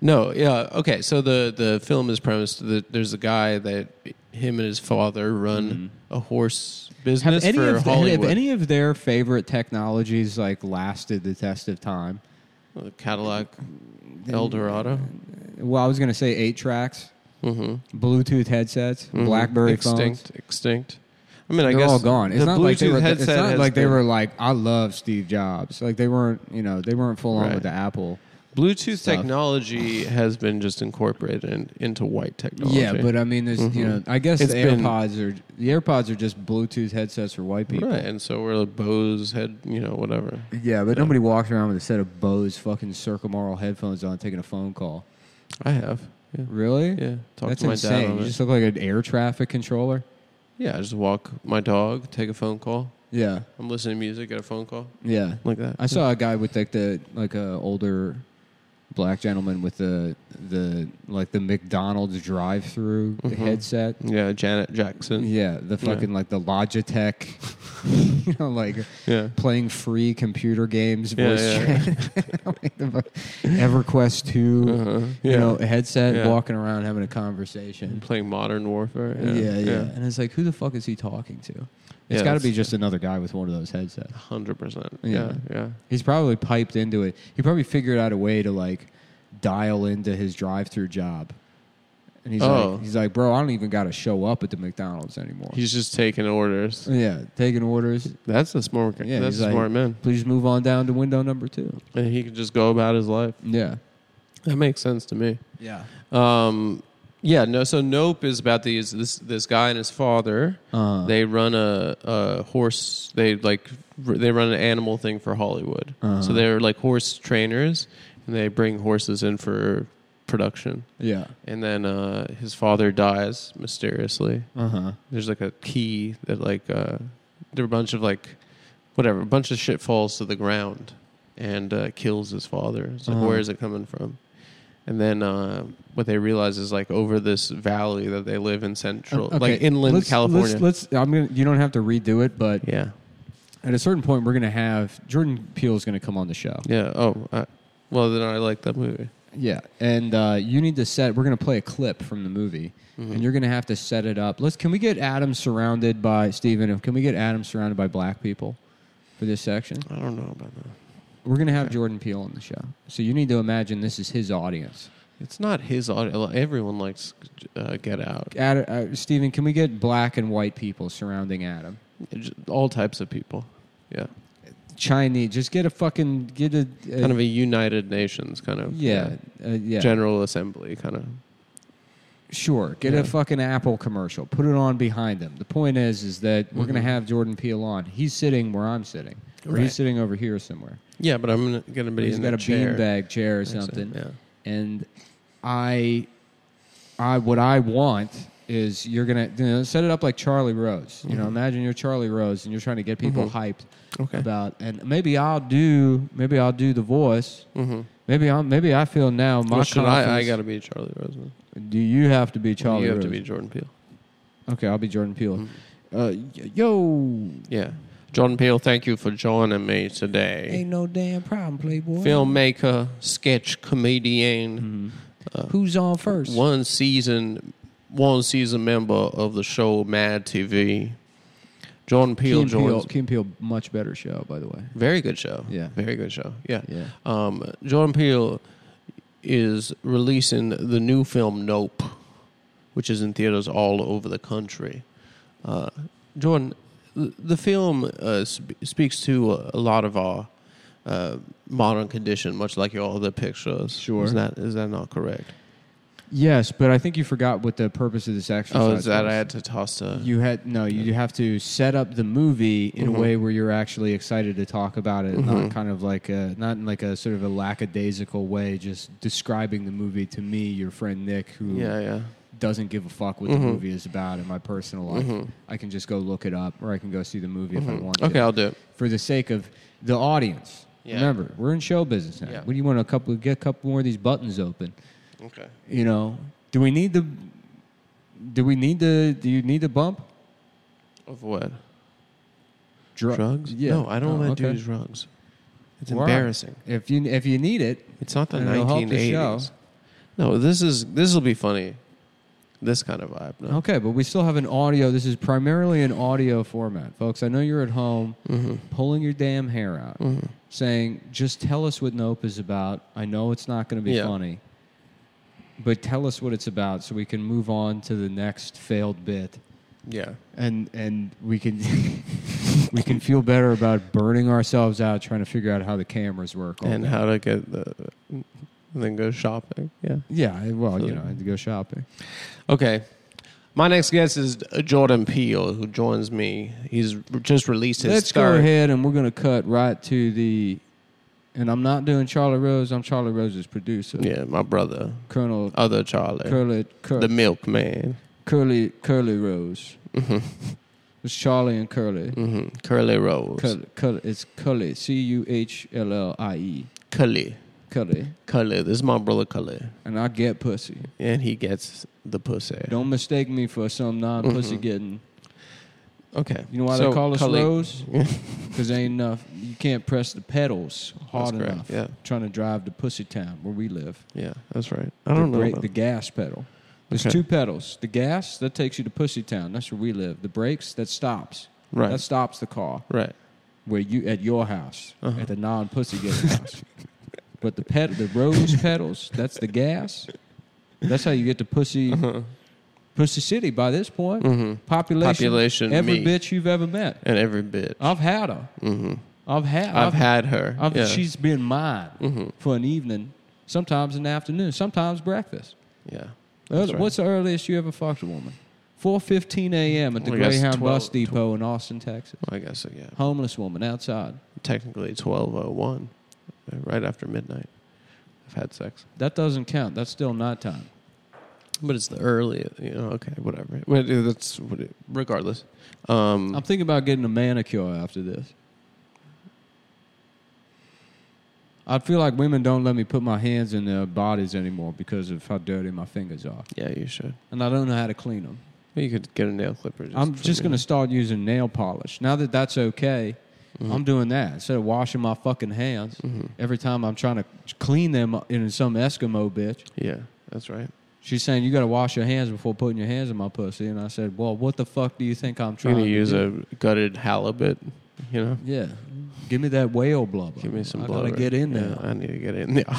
S2: no, yeah, okay. So the the film is premised that there's a guy that him and his father run
S1: Mm-hmm.
S2: a horse business
S1: Have any,
S2: for
S1: of the-
S2: Hollywood.
S1: have any of their favorite technologies like lasted the test of time?
S2: Uh, Cadillac Eldorado.
S1: Well, I was going to say eight tracks,
S2: Mm-hmm.
S1: Bluetooth headsets, BlackBerry phones.
S2: extinct, extinct. I mean, I
S1: They're
S2: guess
S1: all gone. It's
S2: the
S1: not like they
S2: Bluetooth
S1: were. It's
S2: headset
S1: not
S2: has
S1: like they
S2: been-
S1: were like I love Steve Jobs. Like they weren't. You know, they weren't full on
S2: Right.
S1: with the Apple.
S2: Bluetooth
S1: stuff.
S2: technology has been just incorporated in, into white technology.
S1: Yeah, but uh, I mean, there's you know, I guess
S2: Oh, Mm-hmm. It's
S1: the
S2: been-
S1: AirPods are the AirPods are just Bluetooth headsets for white people.
S2: right, and so we're the Bose head, you know, whatever.
S1: Yeah, but nobody walks around with a set of Bose fucking Circumaural headphones on taking a phone call.
S2: I have, yeah,
S1: Really?
S2: yeah. Talk
S1: That's
S2: to my
S1: insane.
S2: dad on
S1: you
S2: it.
S1: just look like an air traffic controller.
S2: yeah, I just walk my dog, take a phone call.
S1: Yeah,
S2: I'm listening to music, get a phone call
S1: yeah.
S2: like that.
S1: I saw a guy with like the like a older black gentleman with the the like the McDonald's drive through
S2: Mhm.
S1: headset.
S2: yeah, Janet Jackson. Yeah,
S1: Yeah, the
S2: Yeah.
S1: fucking like the Logitech, you know, like
S2: yeah.
S1: playing free computer games,
S2: Yeah,
S1: voice
S2: yeah.
S1: chat. Like the fu- EverQuest 2
S2: Uh-huh.
S1: you
S2: Yeah.
S1: know, a headset,
S2: Yeah.
S1: walking around having a conversation.
S2: playing Modern Warfare.
S1: Yeah yeah, And it's like, who the fuck is he talking to? It's got to
S2: Yeah, that's-
S1: be just another guy with one of those headsets.
S2: Hundred percent.
S1: Yeah.
S2: Yeah, yeah.
S1: He's probably piped into it. He probably figured out a way to like dial into his drive-through job. And he's
S2: Oh.
S1: like, he's like, bro, I don't even got to show up at the McDonald's anymore.
S2: He's just taking orders.
S1: yeah, taking orders.
S2: That's a smart.
S1: Yeah,
S2: that's
S1: he's
S2: a
S1: like-
S2: smart man.
S1: Please move on down to window number two.
S2: And he can just go about his life.
S1: Yeah.
S2: That makes sense to me.
S1: Yeah.
S2: Um, yeah, no. So Nope is about these this this guy and his father.
S1: Uh,
S2: They run a, a horse. They like r- they run an animal thing for Hollywood.
S1: Uh-huh.
S2: So they're like horse trainers, and they bring horses in for production.
S1: yeah.
S2: And then uh, his father dies mysteriously.
S1: Uh huh.
S2: There's like a key that like uh, there are a bunch of like whatever, a bunch of shit falls to the ground and uh, kills his father. It's like
S1: Uh-huh.
S2: where is it coming from? And then uh, what they realize is like over this valley that they live in central,
S1: Okay,
S2: like inland
S1: let's-
S2: California.
S1: Let's, let's. I'm gonna. You don't have to redo it, but
S2: yeah,
S1: at a certain point, we're gonna have Jordan Peele is gonna come on the show.
S2: yeah. Oh, I, well then I like that movie.
S1: Yeah, and uh, you need to set. We're gonna play a clip from the movie,
S2: Mm-hmm.
S1: and you're gonna have to set it up. Let's. Can we get Adam surrounded by Steven? Can we get Adam surrounded by black people for this section?
S2: I don't know about that.
S1: We're gonna have Jordan Peele on the show, so you need to imagine this is his audience.
S2: It's not his audio. Everyone likes uh, Get Out.
S1: Ad, uh, Steven, can we get black and white people surrounding Adam?
S2: All types of people. Yeah,
S1: Chinese, just get a fucking get a, a-
S2: kind of a United Nations kind of
S1: Uh, yeah, yeah. Uh, yeah.
S2: General Assembly kind of.
S1: Sure, get
S2: Yeah.
S1: a fucking Apple commercial, put it on behind them. The point is, is that we're gonna have Jordan Peele on. He's sitting where I'm sitting, or
S2: Mm-hmm. Right.
S1: he's sitting over here somewhere.
S2: Yeah, but I'm gonna- gonna be
S1: He's
S2: in
S1: got
S2: the
S1: a
S2: chair.
S1: beanbag chair or
S2: Makes sense,
S1: something.
S2: Yeah.
S1: And I, I, what I want is you're gonna you know, set it up like Charlie Rose.
S2: Mm-hmm.
S1: You know, imagine you're Charlie Rose and you're trying to get people hyped
S2: Okay.
S1: about. And maybe I'll do, maybe I'll do the voice.
S2: Mm-hmm.
S1: Maybe I'm, maybe I feel now my
S2: Well, should I? I
S1: confidence-
S2: gotta be Charlie Roseman.
S1: Do you have to be Charlie?
S2: you have
S1: Rose?
S2: to be Jordan Peele.
S1: Okay, I'll be Jordan Peele.
S2: Mm-hmm.
S1: Uh, y- yo,
S2: Yeah, Jordan Peele. Thank you for joining me today.
S1: no damn problem, Playboy.
S2: Filmmaker, sketch comedian,
S1: Who's on first?
S2: Uh, one season, one season member of the show Mad TV. Jordan Peele
S1: Keen Peele,
S2: joins.
S1: Key and Peele, much better show, by the way.
S2: Very good show.
S1: Yeah.
S2: Very good show. Yeah.
S1: Yeah.
S2: Um, Jordan Peele is releasing the new film Nope, which is in theaters all over the country. Uh, Jordan, the, the film uh, sp- speaks to a, a lot of our uh, modern condition, much like your other pictures.
S1: Sure.
S2: Is that, is that not correct?
S1: Yes, but I think you forgot what the purpose of this exercise.
S2: Oh, is that
S1: was.
S2: I had to toss a.
S1: You had no. You have to set up the movie in
S2: Mhm.
S1: a way where you're actually excited to talk about it,
S2: Mm-hmm.
S1: not kind of like a, not in like a sort of a lackadaisical way, just describing the movie to me, your friend Nick, who
S2: yeah, yeah.
S1: doesn't give a fuck what
S2: Mhm.
S1: the movie is about in my personal life.
S2: Mm-hmm.
S1: I can just go look it up, or I can go see the movie if I want. to.
S2: Hmm. Okay, I'll do it.
S1: for the sake of the audience.
S2: Yeah.
S1: Remember, we're in show business now.
S2: Yeah.
S1: What do you want? A couple get a couple more of these buttons open.
S2: Okay.
S1: You know, do we need the? Do we need the? Do you need the bump?
S2: Of what?
S1: Dru-
S2: Drugs?
S1: Yeah.
S2: No, I don't
S1: Oh,
S2: want to
S1: okay.
S2: do drugs. It's
S1: Why?
S2: embarrassing.
S1: If you if you need it,
S2: It's not the
S1: And it'll help the
S2: 1980s.
S1: show.
S2: No, this is this will be funny. This kind of vibe. No.
S1: okay. But we still have an audio. This is primarily an audio format, folks. I know you're at home
S2: Mm-hmm.
S1: pulling your damn hair out, saying, "Just tell us what Nope is about." I know it's not going to be
S2: Yeah.
S1: funny, but tell us what it's about so we can move on to the next failed bit,
S2: Yeah.
S1: and and we can we can feel better about burning ourselves out trying to figure out how the cameras work. all
S2: And
S1: day.
S2: how to get the and then go shopping. Yeah.
S1: yeah, I- well, you know, I had to go shopping.
S2: Okay. My next guest is Jordan Peele, who joins me. He's just released his
S1: Let's go
S2: third.
S1: ahead and we're going to cut right to the. And I'm not doing Charlie Rose. I'm Charlie Rose's producer,
S2: Yeah, my brother,
S1: Colonel
S2: other Charlie,
S1: Curly Cur-
S2: the milkman,
S1: Curly Curly Rose.
S2: Mm-hmm.
S1: It's Charlie and Curly.
S2: hmm Curly Rose,
S1: Curly, Curly it's Cully. C U H L L I E.
S2: Cully,
S1: Cully.
S2: Cully. This is my brother Cully,
S1: And I get pussy.
S2: and he gets the pussy.
S1: Don't mistake me for some non-pussy getting.
S2: Okay,
S1: You know why
S2: Mm-hmm. So,
S1: they call us
S2: Cully-
S1: Rose? Because ain't enough. You can't press the pedals hard
S2: That's
S1: enough.
S2: correct, yeah.
S1: Trying to drive to Pussy Town where we live.
S2: Yeah, that's right. I don't
S1: the,
S2: know.
S1: brake-
S2: about-
S1: the gas pedal. There's
S2: Okay.
S1: two pedals. The gas that takes you to Pussy Town. That's where we live. The brakes that stops.
S2: Right.
S1: That stops the car
S2: right.
S1: where you at your house
S2: Uh-huh.
S1: at the non pussy getting house. But the ped- the rose pedals. That's the gas. That's how you get to pussy.
S2: Uh-huh.
S1: Pussy City by this point. Population.
S2: Population,
S1: Every
S2: me.
S1: bitch you've ever met.
S2: And every bit.
S1: I've had her.
S2: hmm
S1: I've had.
S2: I've, had her.
S1: I've,
S2: yeah. Mm-hmm,
S1: She's been mine for an evening. Sometimes in the afternoon. Sometimes breakfast.
S2: yeah.
S1: Early,
S2: That's right.
S1: What's the earliest you ever fucked a woman? 4:15 a.m. at the
S2: Well, I guess
S1: Greyhound
S2: 12
S1: Bus Depot in Austin, Texas.
S2: I guess so, yeah.
S1: Homeless woman outside.
S2: Technically, twelve oh one, right after midnight. I've had sex,
S1: That doesn't count. That's still night time.
S2: but it's the early. You know, okay, whatever. Well, That's what it- regardless. Um,
S1: I'm thinking about getting a manicure after this. I feel like women don't let me put my hands in their bodies anymore because of how dirty my fingers are,
S2: yeah, you should.
S1: and I don't know how to clean them.
S2: Well, you could get a nail clipper. Just
S1: I'm
S2: for
S1: just
S2: me.
S1: going to start using nail polish. Now that that's okay, I'm doing that. Instead of washing my fucking hands
S2: Mm-hmm.
S1: every time I'm trying to clean them in some Eskimo bitch,
S2: Yeah, that's right.
S1: she's saying, You got to wash your hands before putting your hands in my pussy. And I said, Well, what the fuck do you think I'm
S2: You're
S1: trying
S2: gonna
S1: to
S2: use
S1: do?
S2: a gutted halibut. You know,
S1: Yeah. Give me that whale blubber.
S2: give me some.
S1: I
S2: blubber.
S1: gotta get in there.
S2: Yeah, I need to get in. Yeah,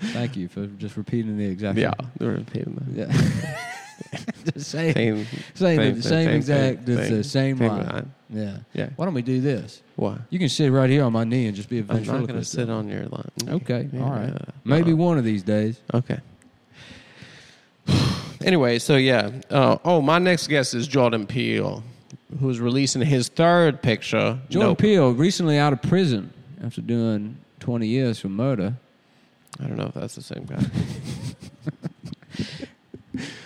S1: Thank you for just repeating the exact
S2: yeah. They're paying that.
S1: Yeah. just saying,
S2: Same,
S1: saying
S2: same
S1: the same
S2: thing, same
S1: exact,
S2: thing,
S1: it's the same,
S2: same
S1: line.
S2: line.
S1: Yeah.
S2: Yeah.
S1: Why don't we do this?
S2: Why?
S1: You can sit right here on my knee and just be a
S2: I'm not
S1: ventriloquist.
S2: going to sit on your line.
S1: Okay,
S2: Yeah,
S1: all right.
S2: uh,
S1: Maybe
S2: uh,
S1: one of these days.
S2: Okay. anyway, so yeah. Uh, oh, my next guest is Jordan Peele, who's releasing his third picture.
S1: Jordan
S2: Nope.
S1: Peele, recently out of prison after doing 20 years for murder.
S2: I don't know if that's the same guy.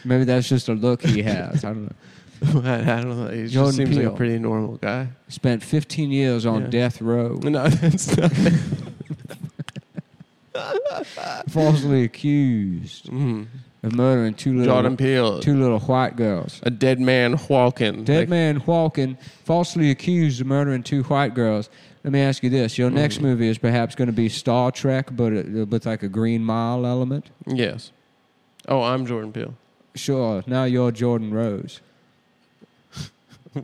S1: Maybe that's just a look he has. I don't know.
S2: I, I don't know. He just
S1: Jordan
S2: seems like
S1: Peele.
S2: a pretty normal guy.
S1: Spent 15 years on
S2: Yeah.
S1: death row,
S2: No, that's not.
S1: falsely accused
S2: Mm.
S1: of murdering two little
S2: Jordan Peele,
S1: two little white girls.
S2: a dead man walking.
S1: Dead
S2: Like,
S1: man walking, falsely accused of murdering two white girls. Let me ask you this: Your next movie is perhaps going to be Star Trek, but it, uh, with like a Green Mile element.
S2: Yes. Oh, I'm Jordan Peele.
S1: Sure. Now you're Jordan Rose.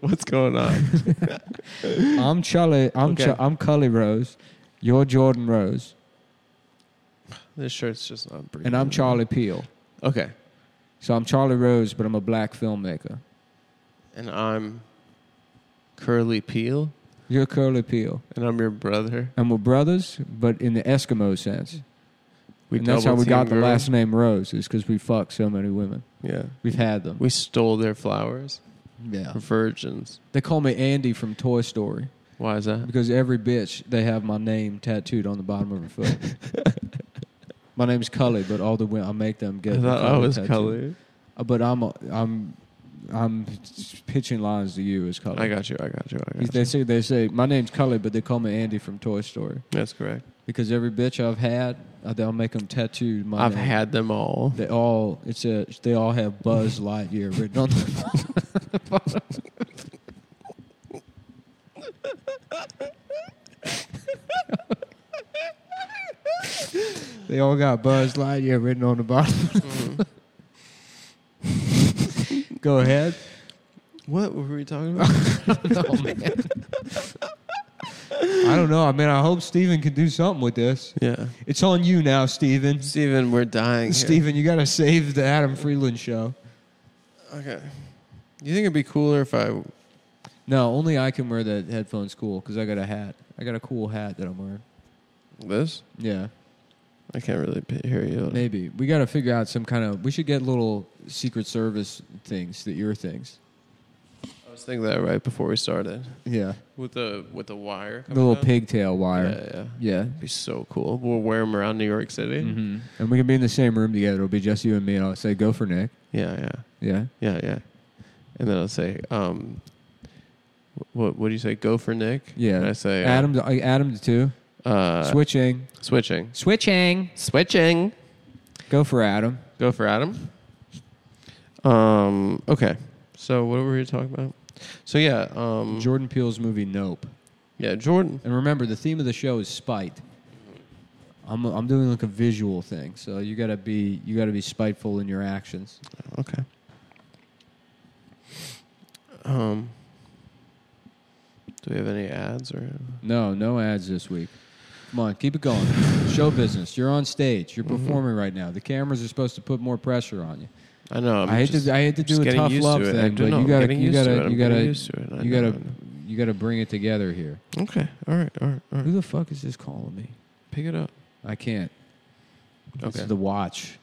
S2: What's going on?
S1: I'm Charlie. I'm
S2: Okay.
S1: Cha- I'm Cully Rose. You're Jordan Rose.
S2: This shirt's just not breathing.
S1: And I'm Charlie Peel.
S2: Okay.
S1: So I'm Charlie Rose, but I'm a black filmmaker.
S2: And I'm Curly Peel,
S1: You're Curly Peel.
S2: and I'm your brother.
S1: And we're brothers, but in the Eskimo sense.
S2: We
S1: and that's how we
S2: double-team
S1: got the
S2: girl.
S1: last name Rose, is because we fucked so many women.
S2: Yeah.
S1: We've had them.
S2: We stole their flowers.
S1: Yeah.
S2: We're virgins.
S1: They call me Andy from Toy Story
S2: Why is that?
S1: because every bitch, they have my name tattooed on the bottom of her foot. my name's Cully, but all the women, I make them
S2: I
S1: get the
S2: thought I was
S1: tattoo.
S2: colored.
S1: Uh, But I'm, a, I'm, I'm pitching lines to you as Cully.
S2: I got you. I got you. I got you.
S1: They say they say my name's Cully, but they call me Andy from Toy Story
S2: That's correct.
S1: because every bitch I've had, uh, they'll make them tattoo my.
S2: I've
S1: name.
S2: had them all.
S1: They all it's a they all have Buzz Lightyear written on them. they all got Buzz Lightyear written on the bottom. Go ahead.
S2: What were we talking about?
S1: oh man. I don't know. I mean, I hope Steven can do something with this.
S2: yeah.
S1: It's on you now, Steven.
S2: Steven, we're dying. here.
S1: Steven, you got to save the Adam Freeland show.
S2: Okay. You think it'd be cooler if I.
S1: No, only I can wear the headphones cool because I got a hat. I got a cool hat that I'm wearing.
S2: This?
S1: Yeah,
S2: I can't really p- hear you.
S1: maybe. We got to figure out some kind of. We should get little Secret Service things, the ear things.
S2: I was thinking that right before we started.
S1: Yeah.
S2: With the with the wire.
S1: The
S2: Coming
S1: little
S2: down?
S1: pigtail wire.
S2: Yeah, yeah.
S1: Yeah.
S2: It'd be so cool. We'll wear them around New York City.
S1: hmm And we can be in the same room together. It'll be just you and me, and I'll say, go for Nick.
S2: Yeah, yeah,
S1: Yeah.
S2: yeah, yeah. And then I'll say, um, what what do you say? Go for Nick.
S1: Yeah.
S2: And I say uh,
S1: Adam, I- Adam to two.
S2: Uh,
S1: Switching.
S2: switching.
S1: Switching.
S2: Switching.
S1: Go for Adam.
S2: Go for Adam. Um. Okay. So what were we talking about? So yeah. Um.
S1: Jordan Peele's movie Nope.
S2: yeah. Jordan.
S1: And remember, the theme of the show is spite. I'm, I'm doing like a visual thing, so you gotta be you gotta be spiteful in your actions.
S2: Okay. Um. Do we have any ads or?
S1: No, no ads this week. Come on, keep it going. Show business. You're on stage. You're
S2: Mm-hmm.
S1: performing right now. The cameras are supposed to put more pressure on you.
S2: I know. I'm
S1: i hate
S2: just-
S1: to I hate to
S2: just
S1: do a
S2: getting
S1: tough
S2: used to
S1: love
S2: it. I
S1: thing,
S2: do
S1: but
S2: know.
S1: you
S2: I'm
S1: gotta
S2: getting
S1: you
S2: used to it.
S1: gotta
S2: I'm
S1: you
S2: getting
S1: gotta
S2: used to it. I
S1: you
S2: know,
S1: gotta
S2: I know.
S1: you gotta bring it together here.
S2: Okay. All right. All right. All right.
S1: Who the fuck is this calling me?
S2: Pick it up.
S1: I can't. It's
S2: Okay.
S1: the watch.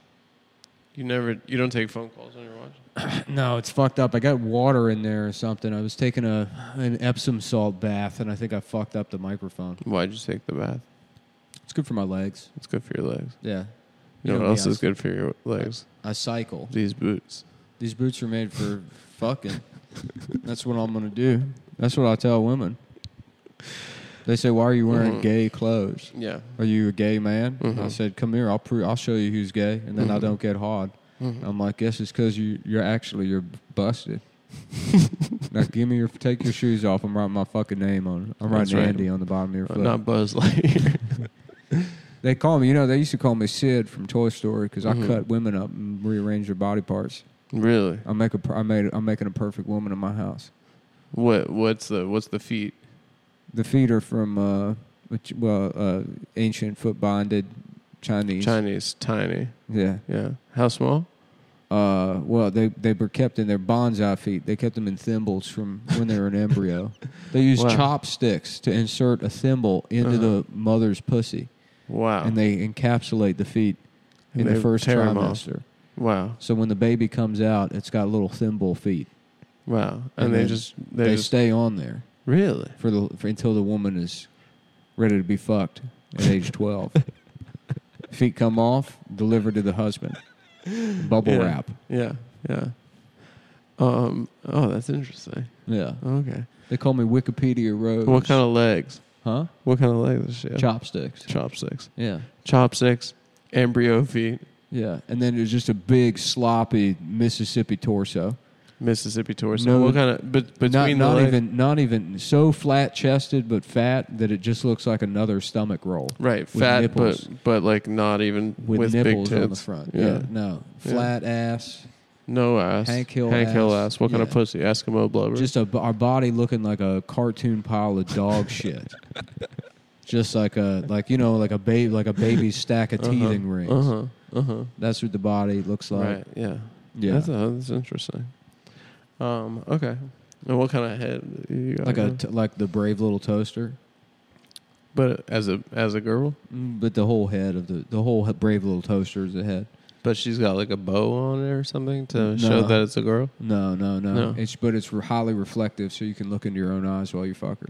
S2: You never. You don't take phone calls on your watch.
S1: No, it's fucked up. I got water in there or something. I was taking a an Epsom salt bath, and I think I fucked up the microphone.
S2: Why'd you take the bath?
S1: It's good for my legs.
S2: It's good for your legs.
S1: Yeah.
S2: You know
S1: know
S2: what
S1: me,
S2: else
S1: I-
S2: is good for your legs?
S1: I cycle.
S2: These boots.
S1: These boots are made for fucking. That's what I'm gonna do. That's what I tell women. They say, "Why are you wearing
S2: Mhm.
S1: gay clothes?
S2: Yeah.
S1: Are you a gay man?" I
S2: Mhm.
S1: said, "Come here. I'll prove. I'll show you who's gay." And then I
S2: Mhm.
S1: don't get hard.
S2: Mm-hmm. Uh,
S1: I'm like, "Guess it's because you you're actually you're busted." now give me your take your shoes off. I'm writing my fucking name on. it. I'm
S2: That's
S1: writing
S2: right.
S1: Andy on the bottom of your
S2: Uh,
S1: foot.
S2: Not Buzz Lightyear.
S1: They call me. You know, they used to call me Sid from Toy Story because I
S2: Mhm.
S1: cut women up and rearrange their body parts.
S2: really?
S1: I make a. per- I made. I'm making a perfect woman in my house.
S2: What? What's the? What's the feet?
S1: The feet are from uh, which, well, uh, ancient foot bonded Chinese.
S2: Chinese tiny.
S1: Yeah.
S2: Yeah. How small?
S1: Uh, well, they they were kept in their bonsai feet. They kept them in thimbles from when they were an embryo. They used
S2: Wow. Uh-huh.
S1: chopsticks to insert a thimble into the mother's pussy,
S2: Wow.
S1: and they encapsulate the feet in
S2: And
S1: the
S2: they
S1: first
S2: tear 'em off.
S1: trimester.
S2: wow.
S1: So when the baby comes out, it's got little thimble feet.
S2: Wow. And,
S1: And
S2: they
S1: then
S2: just. They,
S1: They,
S2: just.
S1: stay on there
S2: really.
S1: for the for, until the woman is ready to be fucked at age twelve. Feet come off, delivered to the husband. Bubble
S2: Yeah.
S1: wrap.
S2: Yeah. Yeah. Um. Oh, that's interesting.
S1: Yeah,
S2: Okay.
S1: they call me Wikipedia Rose.
S2: What kind of legs?
S1: Huh?
S2: What kind of legs does she have?
S1: Chopsticks.
S2: Chopsticks.
S1: Yeah,
S2: Chopsticks. Embryo feet.
S1: yeah. And then there's just a big sloppy Mississippi torso.
S2: Mississippi torso.
S1: No,
S2: what kind of? But between
S1: not,
S2: the
S1: not
S2: legs-
S1: even not even so flat chested, but fat that it just looks like another stomach roll.
S2: Right,
S1: with
S2: fat,
S1: nipples.
S2: but but like not even with,
S1: with, nipples
S2: big tits.
S1: on the front.
S2: Yeah.
S1: Yeah, no
S2: Yeah.
S1: flat ass.
S2: No ass.
S1: Hank Hill
S2: Hank Hill
S1: ass.
S2: ass. What kind of
S1: Yeah.
S2: pussy? Eskimo blubber.
S1: Just a, our body looking like a cartoon pile of dog shit. just like a like you know like a baby like a baby's stack of teething rings.
S2: Uh huh. Uh huh.
S1: That's what the body looks like.
S2: Right. Yeah.
S1: Yeah.
S2: That's, uh, that's interesting. Um. Okay. And what kind of head? You got
S1: like a t- like the brave little toaster,
S2: but as a as a girl,
S1: Mm, but the whole head of the the whole he- brave little toaster is a head.
S2: but she's got like a bow on it or something to
S1: No.
S2: show that it's a girl.
S1: No, no, no.
S2: No.
S1: It's but it's re- highly reflective, so you can look into your own eyes while you fuck her,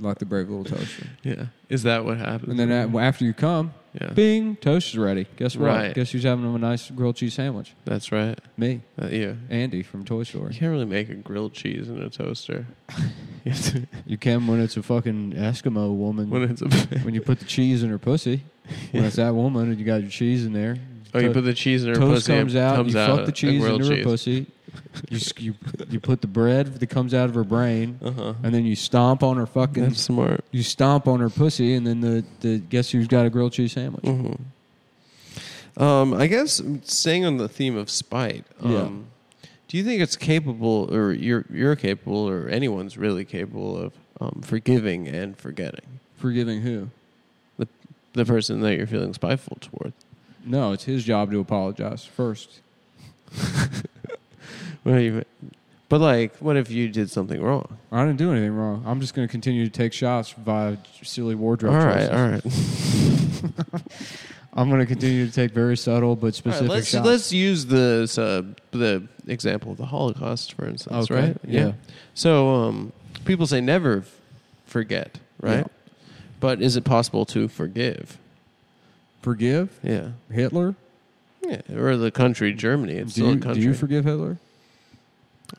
S1: like the brave little toaster.
S2: Yeah. Is that what happens?
S1: And then a- after you come,
S2: yeah.
S1: bing, toaster's ready. Guess what?
S2: Right.
S1: Guess who's having a nice grilled cheese sandwich?
S2: That's right.
S1: Me,
S2: Uh, yeah.
S1: Andy from Toy
S2: You
S1: Story.
S2: can't really make a grilled cheese in a toaster. You have to-
S1: You can when it's a fucking Eskimo woman
S2: when it's a
S1: when you put the cheese in her pussy, when it's that woman and you got your cheese in there.
S2: oh, you
S1: to-
S2: put the cheese in her
S1: toast
S2: pussy. it
S1: comes out, you fuck
S2: a-
S1: the
S2: a
S1: cheese
S2: grilled
S1: into her
S2: cheese.
S1: pussy. You, s- you you put the bread that comes out of her brain,
S2: Uh-huh.
S1: and then you stomp on her fucking.
S2: That's smart.
S1: you stomp on her pussy, and then the, the guess who's got a grilled cheese sandwich?
S2: Mm-hmm. Um, I guess staying on the theme of spite. Um,
S1: Yeah.
S2: Do you think it's capable, or you're you're capable, or anyone's really capable of um, forgiving and forgetting
S1: Forgiving who?
S2: the person that you're feeling spiteful toward?
S1: No, it's his job to apologize first.
S2: What do you- But like, what if you did something wrong?
S1: I didn't do anything wrong. I'm just going to continue to take shots via silly wardrobe
S2: all right,
S1: choices.
S2: all right.
S1: I'm going to continue to take very subtle but
S2: All right,
S1: specific
S2: let's
S1: shots.
S2: let's use this uh, the example of the Holocaust, for instance,
S1: Okay,
S2: right?
S1: yeah.
S2: So um, people say never f- forget, right? But is it possible to forgive?
S1: Forgive
S2: Yeah,
S1: Hitler?
S2: yeah. Or the country Germany? It's
S1: Do
S2: still
S1: you,
S2: a
S1: do
S2: country.
S1: you forgive Hitler?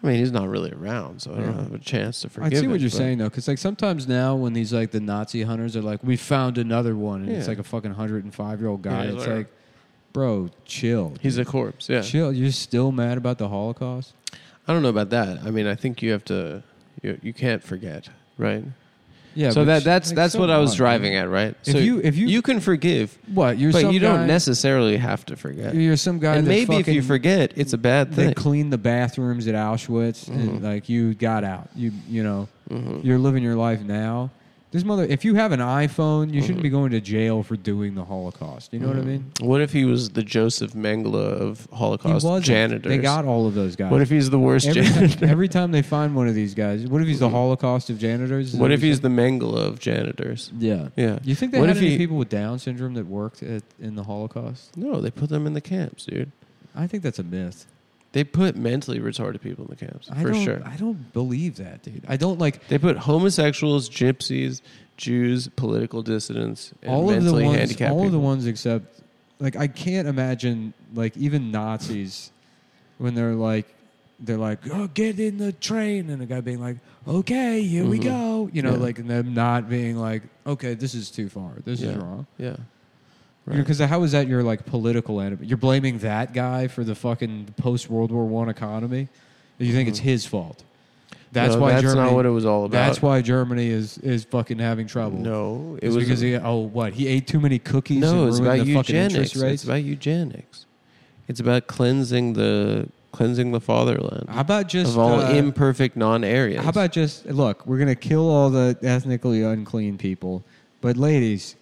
S2: I mean, he's not really around, so I don't
S1: Yeah.
S2: have a chance to
S1: I
S2: forgive.
S1: see what
S2: him,
S1: you're
S2: but-
S1: saying though, because like sometimes now when these like the Nazi hunters are like, we found another one, and it's
S2: Yeah.
S1: like a fucking hundred and five year old guy.
S2: Yeah, he's
S1: it's
S2: like-
S1: like, bro, chill,
S2: He's a corpse. Yeah,
S1: chill. You're still mad about the Holocaust?
S2: I don't know about that. I mean, I think you have to. You, you can't forget, right?
S1: Yeah. but
S2: so that
S1: sh-
S2: that's
S1: like,
S2: that's
S1: so
S2: what I was
S1: what?
S2: driving at, right?
S1: If
S2: so
S1: you- if you-
S2: you can forgive,
S1: What you're
S2: but
S1: some
S2: you don't
S1: guy-
S2: necessarily have to forget.
S1: You're some guy.
S2: and
S1: that
S2: maybe if
S1: fucking-
S2: you forget, it's a bad
S1: they
S2: thing.
S1: cleaned the bathrooms at Auschwitz, and
S2: Mm-hmm.
S1: like you got out. You you know, you're living your life now. This mother, if you have an iPhone, you
S2: Mm-hmm.
S1: shouldn't be going to jail for doing the Holocaust. You know what I mean?
S2: what if he was the Joseph Mengele of Holocaust
S1: wasn't.
S2: janitors?
S1: They got all of those guys.
S2: what if he's the worst
S1: every,
S2: janitor?
S1: ti- every time they find one of these guys, what if he's the Holocaust of janitors? Is that
S2: What if
S1: you
S2: he's the Mengele of janitors?
S1: said? yeah?
S2: Yeah.
S1: You think they
S2: What
S1: had
S2: if
S1: any
S2: he-
S1: people with Down syndrome that worked at, in the Holocaust?
S2: No, they put them in the camps, dude.
S1: I think that's a myth.
S2: They put mentally retarded people in the camps
S1: I
S2: for
S1: don't,
S2: sure.
S1: I don't believe that, dude. I don't like
S2: They put homosexuals, gypsies, Jews, political dissidents, and
S1: all of the
S2: mentally
S1: ones.
S2: handicapped
S1: All of the
S2: people.
S1: ones except like I can't imagine like even Nazis when they're like. They're like, oh, get in the train, and the guy being like, okay, here we
S2: Mhm.
S1: go, you know,
S2: Yeah.
S1: like and them not being like, okay, this is too far, this is
S2: Yeah.
S1: wrong.
S2: yeah. Right.
S1: Because how is that your like political enemy? You're blaming that guy for the fucking post World War One economy. You think it's his fault? That's
S2: Mm-hmm. No,
S1: why
S2: that's
S1: Germany.
S2: not what it was all about.
S1: That's why Germany is is fucking having trouble.
S2: No, it
S1: it was
S2: was
S1: because he oh what he ate too many cookies.
S2: No,
S1: and
S2: it's
S1: ruined
S2: about
S1: the fucking
S2: eugenics.
S1: interest
S2: It's
S1: rates.
S2: about eugenics. It's about cleansing the cleansing the fatherland
S1: how about just
S2: of all
S1: uh,
S2: imperfect non-Aryans.
S1: How about just look? We're gonna kill all the ethnically unclean people, but ladies,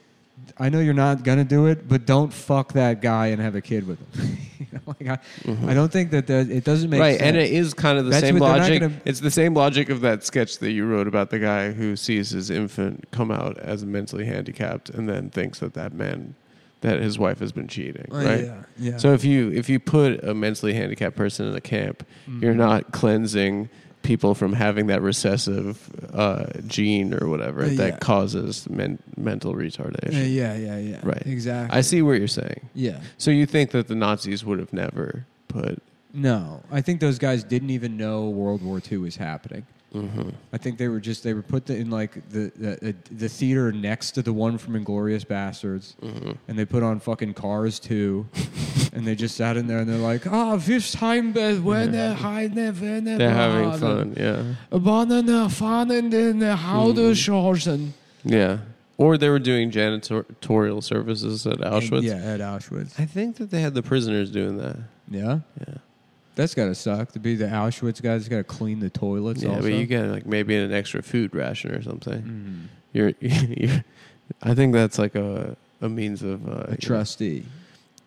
S1: I know you're not gonna do it, but don't fuck that guy and have a kid with him. you know, like I, I don't think that that it doesn't make
S2: Mm-hmm. right?
S1: sense.
S2: And it is kind of the
S1: That's
S2: same
S1: what they're not
S2: logic.
S1: gonna-
S2: It's the same logic of that sketch that you wrote about the guy who sees his infant come out as mentally handicapped and then thinks that that man, that his wife has been cheating,
S1: Well,
S2: right?
S1: Oh, Yeah, yeah.
S2: So if you if you put a mentally handicapped person in a camp,
S1: Mm-hmm.
S2: you're not cleansing people from having that recessive uh, gene or whatever
S1: Uh,
S2: that
S1: yeah.
S2: causes men- mental
S1: Uh,
S2: retardation.
S1: yeah, yeah, yeah.
S2: Right.
S1: Exactly.
S2: I see what you're saying.
S1: yeah.
S2: So you think that the Nazis would have never put
S1: No, I think those guys didn't even know World War II was happening.
S2: Mm-hmm,
S1: I think they were just they were put in like the the, the theater next to the one from Inglorious Bastards,
S2: mm-hmm.
S1: and they put on fucking Cars too, and they just sat in there and they're like, ah, this time uh, when they're hiding, when
S2: they're having fun? Hmm. Yeah,
S1: Abandon fun in the Hauderschossen.
S2: yeah. Or they were doing janitorial services at Auschwitz.
S1: Yeah, at Auschwitz.
S2: I think that they had the prisoners doing that.
S1: Yeah,
S2: Yeah,
S1: that's gotta suck to be the Auschwitz guy that's Mm-hmm. gotta clean the toilets.
S2: yeah.
S1: also. Mm.
S2: But you get like maybe an extra food ration or something. You're, you're I think that's like a a means of uh,
S1: a trustee.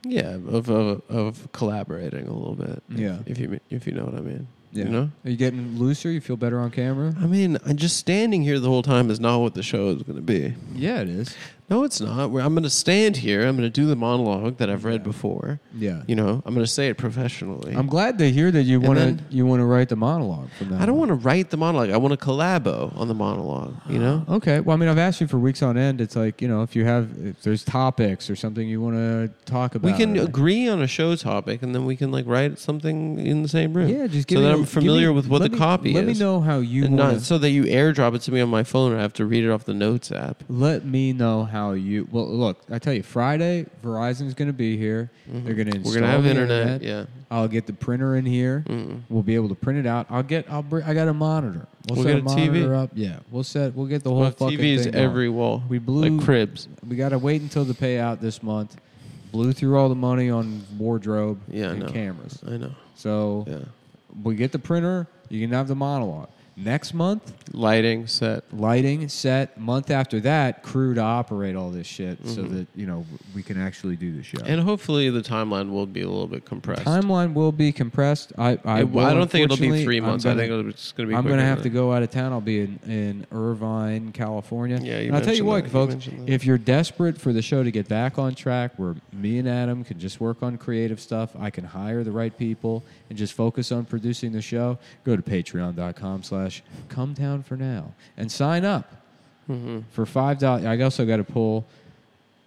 S2: Yeah, of, of of collaborating a little bit. if-
S1: Yeah.
S2: If you if you know what I mean.
S1: Yeah.
S2: You know?
S1: Are you getting looser? You feel better on camera?
S2: I mean, I'm just standing here the whole time is not what the show is going to be.
S1: Yeah, it is.
S2: No, it's not. We're, I'm going to stand here. I'm going to do the monologue that I've read before.
S1: Yeah.
S2: You know, I'm going to say it professionally.
S1: I'm glad to hear that you want to
S2: then-
S1: you want to write the monologue from that.
S2: I don't want to write the monologue. I want to collabo on the monologue. You know,
S1: Okay. Well, I mean, I've asked you for weeks on end. It's like you know, if you have if there's topics or something you want to talk about,
S2: we can
S1: or-
S2: agree on a show topic, and then we can like write something in the same room.
S1: Yeah, just give
S2: so
S1: me
S2: that
S1: a-
S2: I'm
S1: give
S2: familiar
S1: me-
S2: with what
S1: let
S2: the
S1: me-
S2: copy
S1: Let me
S2: is.
S1: know how you
S2: and
S1: want.
S2: not so that you airdrop it to me on my phone, and I have to read it off the notes app.
S1: Let me know how you. Well, look, I tell you, Friday Verizon's going to be here. They're going to.
S2: Mm-hmm. We're gonna have internet, yeah. Mm.
S1: I'll get the printer in here. We'll be able to print it out. I'll get. I'll bring. I got a monitor. We'll,
S2: We'll
S1: set a
S2: get a TV.
S1: monitor up. Yeah, we'll set. We'll get the whole
S2: We'll have
S1: fucking
S2: TVs
S1: thing going.
S2: every wall.
S1: We blew-
S2: like cribs.
S1: We got to wait until the payout this month. Blew through all the money on wardrobe
S2: Yeah, I
S1: and
S2: know.
S1: cameras.
S2: I know.
S1: So
S2: Yeah.
S1: we get the printer. You can have the monologue next month.
S2: Lighting set.
S1: Lighting set month after that. Crew to operate all this shit so
S2: Mm-hmm.
S1: that you know we can actually do the show.
S2: And hopefully the timeline will be a little bit compressed.
S1: Timeline will be compressed. I I,
S2: I,
S1: will,
S2: I don't think it'll be
S1: unfortunately,
S2: 3
S1: I'm
S2: months.
S1: gonna-
S2: I think it's going to be
S1: I'm going
S2: quicker
S1: to
S2: than
S1: have to
S2: that.
S1: go out of town. I'll be in, in Irvine, California.
S2: Yeah, you
S1: and I'll tell you
S2: mentioned
S1: what,
S2: that. You
S1: folks,
S2: mentioned that.
S1: if you're desperate for the show to get back on track, where me and Adam can just work on creative stuff, I can hire the right people and just focus on producing the show. Go to patreon.com slash come down for now and sign up
S2: Mm-hmm.
S1: for five dollars. I also got to pull.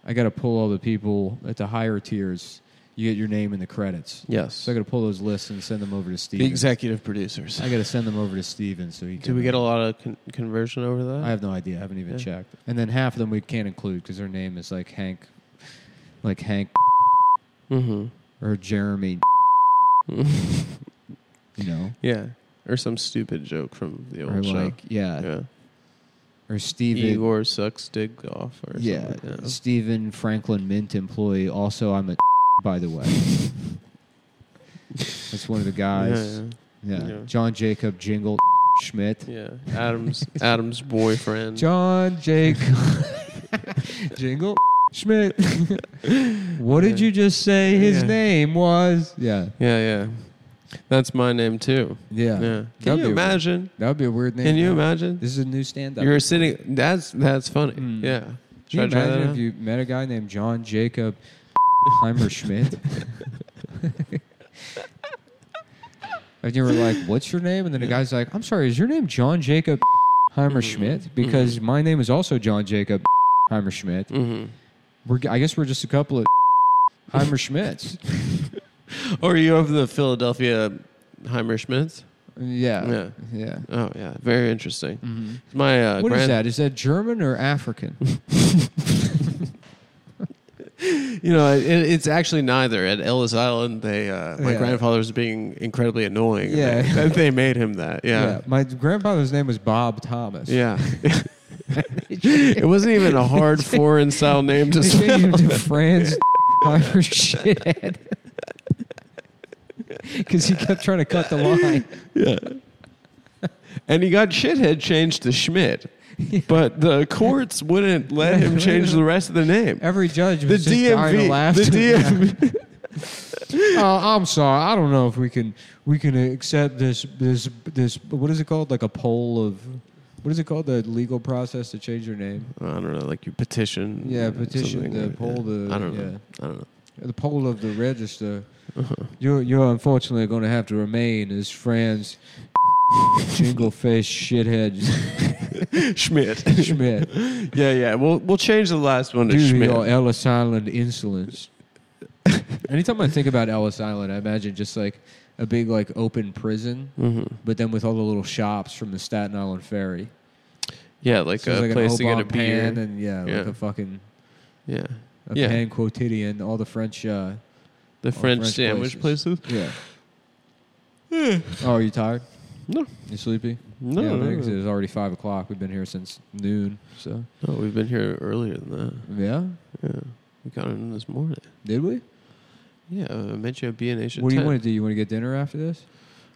S1: I got to pull all the people at the higher tiers. You get your name in the credits.
S2: Yes.
S1: So I got to pull those lists and send them over to Steven.
S2: the executive producers.
S1: I got to send them over to Steven so he can.
S2: Do we get a lot of con- conversion over that?
S1: I have no idea. I haven't even
S2: Yeah.
S1: checked. And then half of them we can't include because their name is like Hank, like Hank
S2: mm-hmm.
S1: or Jeremy. you know,
S2: Yeah. Or some stupid joke from the old
S1: or
S2: show.
S1: like yeah,
S2: yeah.
S1: or Steven.
S2: Igor sucks dig off or
S1: yeah,
S2: something. Yeah.
S1: Steven Franklin Mint employee. Also, I'm a by the way. That's one of the guys.
S2: Yeah,
S1: Yeah,
S2: Yeah.
S1: John Jacob Jingle Schmidt.
S2: yeah. Yeah. Adam's Adam's boyfriend.
S1: John Jacob Jingle Schmidt. what did you just say his
S2: Yeah.
S1: name was? Yeah.
S2: yeah, yeah. That's my name too.
S1: Yeah.
S2: Yeah. Can
S1: That'd
S2: you
S1: be
S2: imagine?
S1: That would be a weird name.
S2: Can you
S1: though.
S2: imagine?
S1: This is a new stand up.
S2: You're sitting. That's that's funny.
S1: Mm.
S2: Yeah.
S1: Can you
S2: Should I try
S1: imagine
S2: that
S1: if
S2: out?
S1: you met a guy named John Jacob Heimer Schmidt? and you were like, What's your name? And then the guy's like, I'm sorry, is your name John Jacob
S2: Mm-hmm.
S1: Heimer Schmidt? Because my name is also John Jacob Heimer Schmidt.
S2: Mm-hmm.
S1: We're, I guess we're just a couple of Heimer Schmidts.
S2: Or are you over the Philadelphia Heimer Schmitz?
S1: Yeah.
S2: Yeah.
S1: Yeah.
S2: Oh yeah, very interesting. My uh,
S1: What is
S2: grand-
S1: that? Is that German or African?
S2: You know, it, it's actually neither. At Ellis Island, they uh, my
S1: Yeah.
S2: grandfather was being incredibly annoying. and
S1: Yeah.
S2: they, they made him that. Yeah,
S1: My grandfather's name was Bob Thomas.
S2: yeah. it wasn't even a hard foreign style name to
S1: They
S2: spell.
S1: changed him to Franz Heimer shit. Because he kept trying to cut the line.
S2: Yeah. And he got shithead changed to Schmidt, but the courts wouldn't let him change the rest of the name.
S1: Every judge
S2: The
S1: was just dying to
S2: DMV,
S1: laugh.
S2: the DMV.
S1: Uh, I'm sorry. I don't know if we can we can accept this this this what is it called like a poll of what is it called the legal process to change your name
S2: I don't know, like you petition.
S1: Yeah,
S2: or
S1: petition
S2: something,
S1: to
S2: yeah.
S1: pull the-
S2: I don't know.
S1: yeah.
S2: I don't know.
S1: the poll of the register.
S2: Uh-huh.
S1: You're you're unfortunately going to have to remain as Franz jingle face shithead
S2: Schmidt.
S1: Schmidt.
S2: yeah, yeah. We'll we'll change the last one to
S1: due to
S2: Schmidt.
S1: your Ellis Island insolence. Anytime I think about Ellis Island, I imagine just like a big like open prison,
S2: Mm-hmm.
S1: but then with all the little shops from the Staten Island Ferry.
S2: Yeah, like
S1: So
S2: a
S1: it's like
S2: place
S1: an
S2: to get a
S1: oblong pan
S2: beer.
S1: and yeah, like
S2: Yeah.
S1: a fucking
S2: Yeah,
S1: a
S2: Yeah.
S1: pan quotidian, all the French. Uh,
S2: the French
S1: French
S2: sandwich
S1: places.
S2: places.
S1: yeah. oh, are you tired?
S2: No,
S1: You sleepy?
S2: No,
S1: Yeah, I
S2: no,
S1: think
S2: no.
S1: it's already five o'clock. We've been here since noon. So
S2: no, we've been here earlier than that.
S1: yeah,
S2: Yeah, we got in this morning.
S1: did we?
S2: Yeah, I met you at B and H.
S1: what do you want to do? You want to get dinner after this?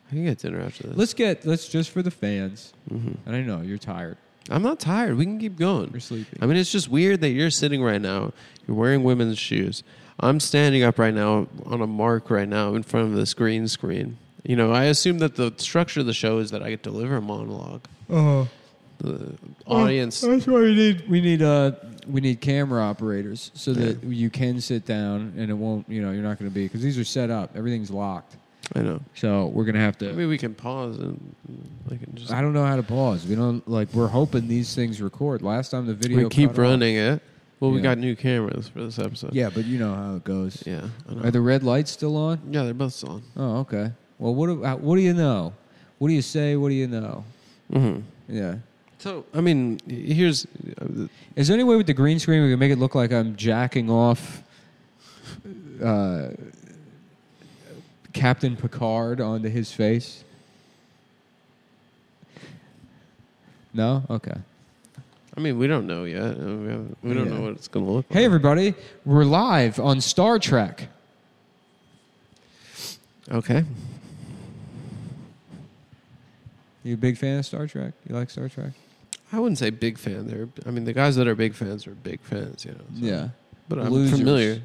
S2: I can get dinner after this.
S1: Let's get let's just for the fans.
S2: Mhm.
S1: And I know you're tired.
S2: I'm not tired. We can keep going.
S1: You're sleepy.
S2: I mean, it's just weird that you're sitting right now. You're wearing women's shoes. I'm standing up right now on a mark right now in front of this green screen. You know, I assume that the structure of the show is that I deliver a monologue.
S1: Uh,
S2: The audience.
S1: That's why we need we need uh we need camera operators so that you can sit down and it won't you know you're not going to be because these are set up everything's locked
S2: I know.
S1: so we're going to have to.
S2: Maybe we can pause and I can just.
S1: I don't know how to pause. We don't like. We're hoping these things record. Last time the video
S2: We
S1: cut
S2: keep
S1: off-
S2: running it. Well, we
S1: Yeah.
S2: got new cameras for this episode.
S1: Yeah, but you know how it goes.
S2: Yeah. I know.
S1: Are the red lights still on?
S2: Yeah, they're both still on.
S1: Oh, okay. Well, what do how- what do you know? What do you say? What do you know?
S2: Mm-hmm.
S1: Yeah.
S2: So, I mean, here's. Uh,
S1: Is there any way with the green screen we can make it look like I'm jacking off uh, Captain Picard onto his face? No? Okay.
S2: I mean, we don't know yet. Uh, We, haven't- we don't
S1: Yeah.
S2: know what it's going to look like.
S1: Hey, everybody. We're live on Star Trek.
S2: Okay.
S1: You a big fan of Star Trek? You like Star Trek?
S2: I wouldn't say big fan. They're, I mean, the guys that are big fans are big fans, you know. so-
S1: Yeah.
S2: But I'm
S1: Losers.
S2: familiar.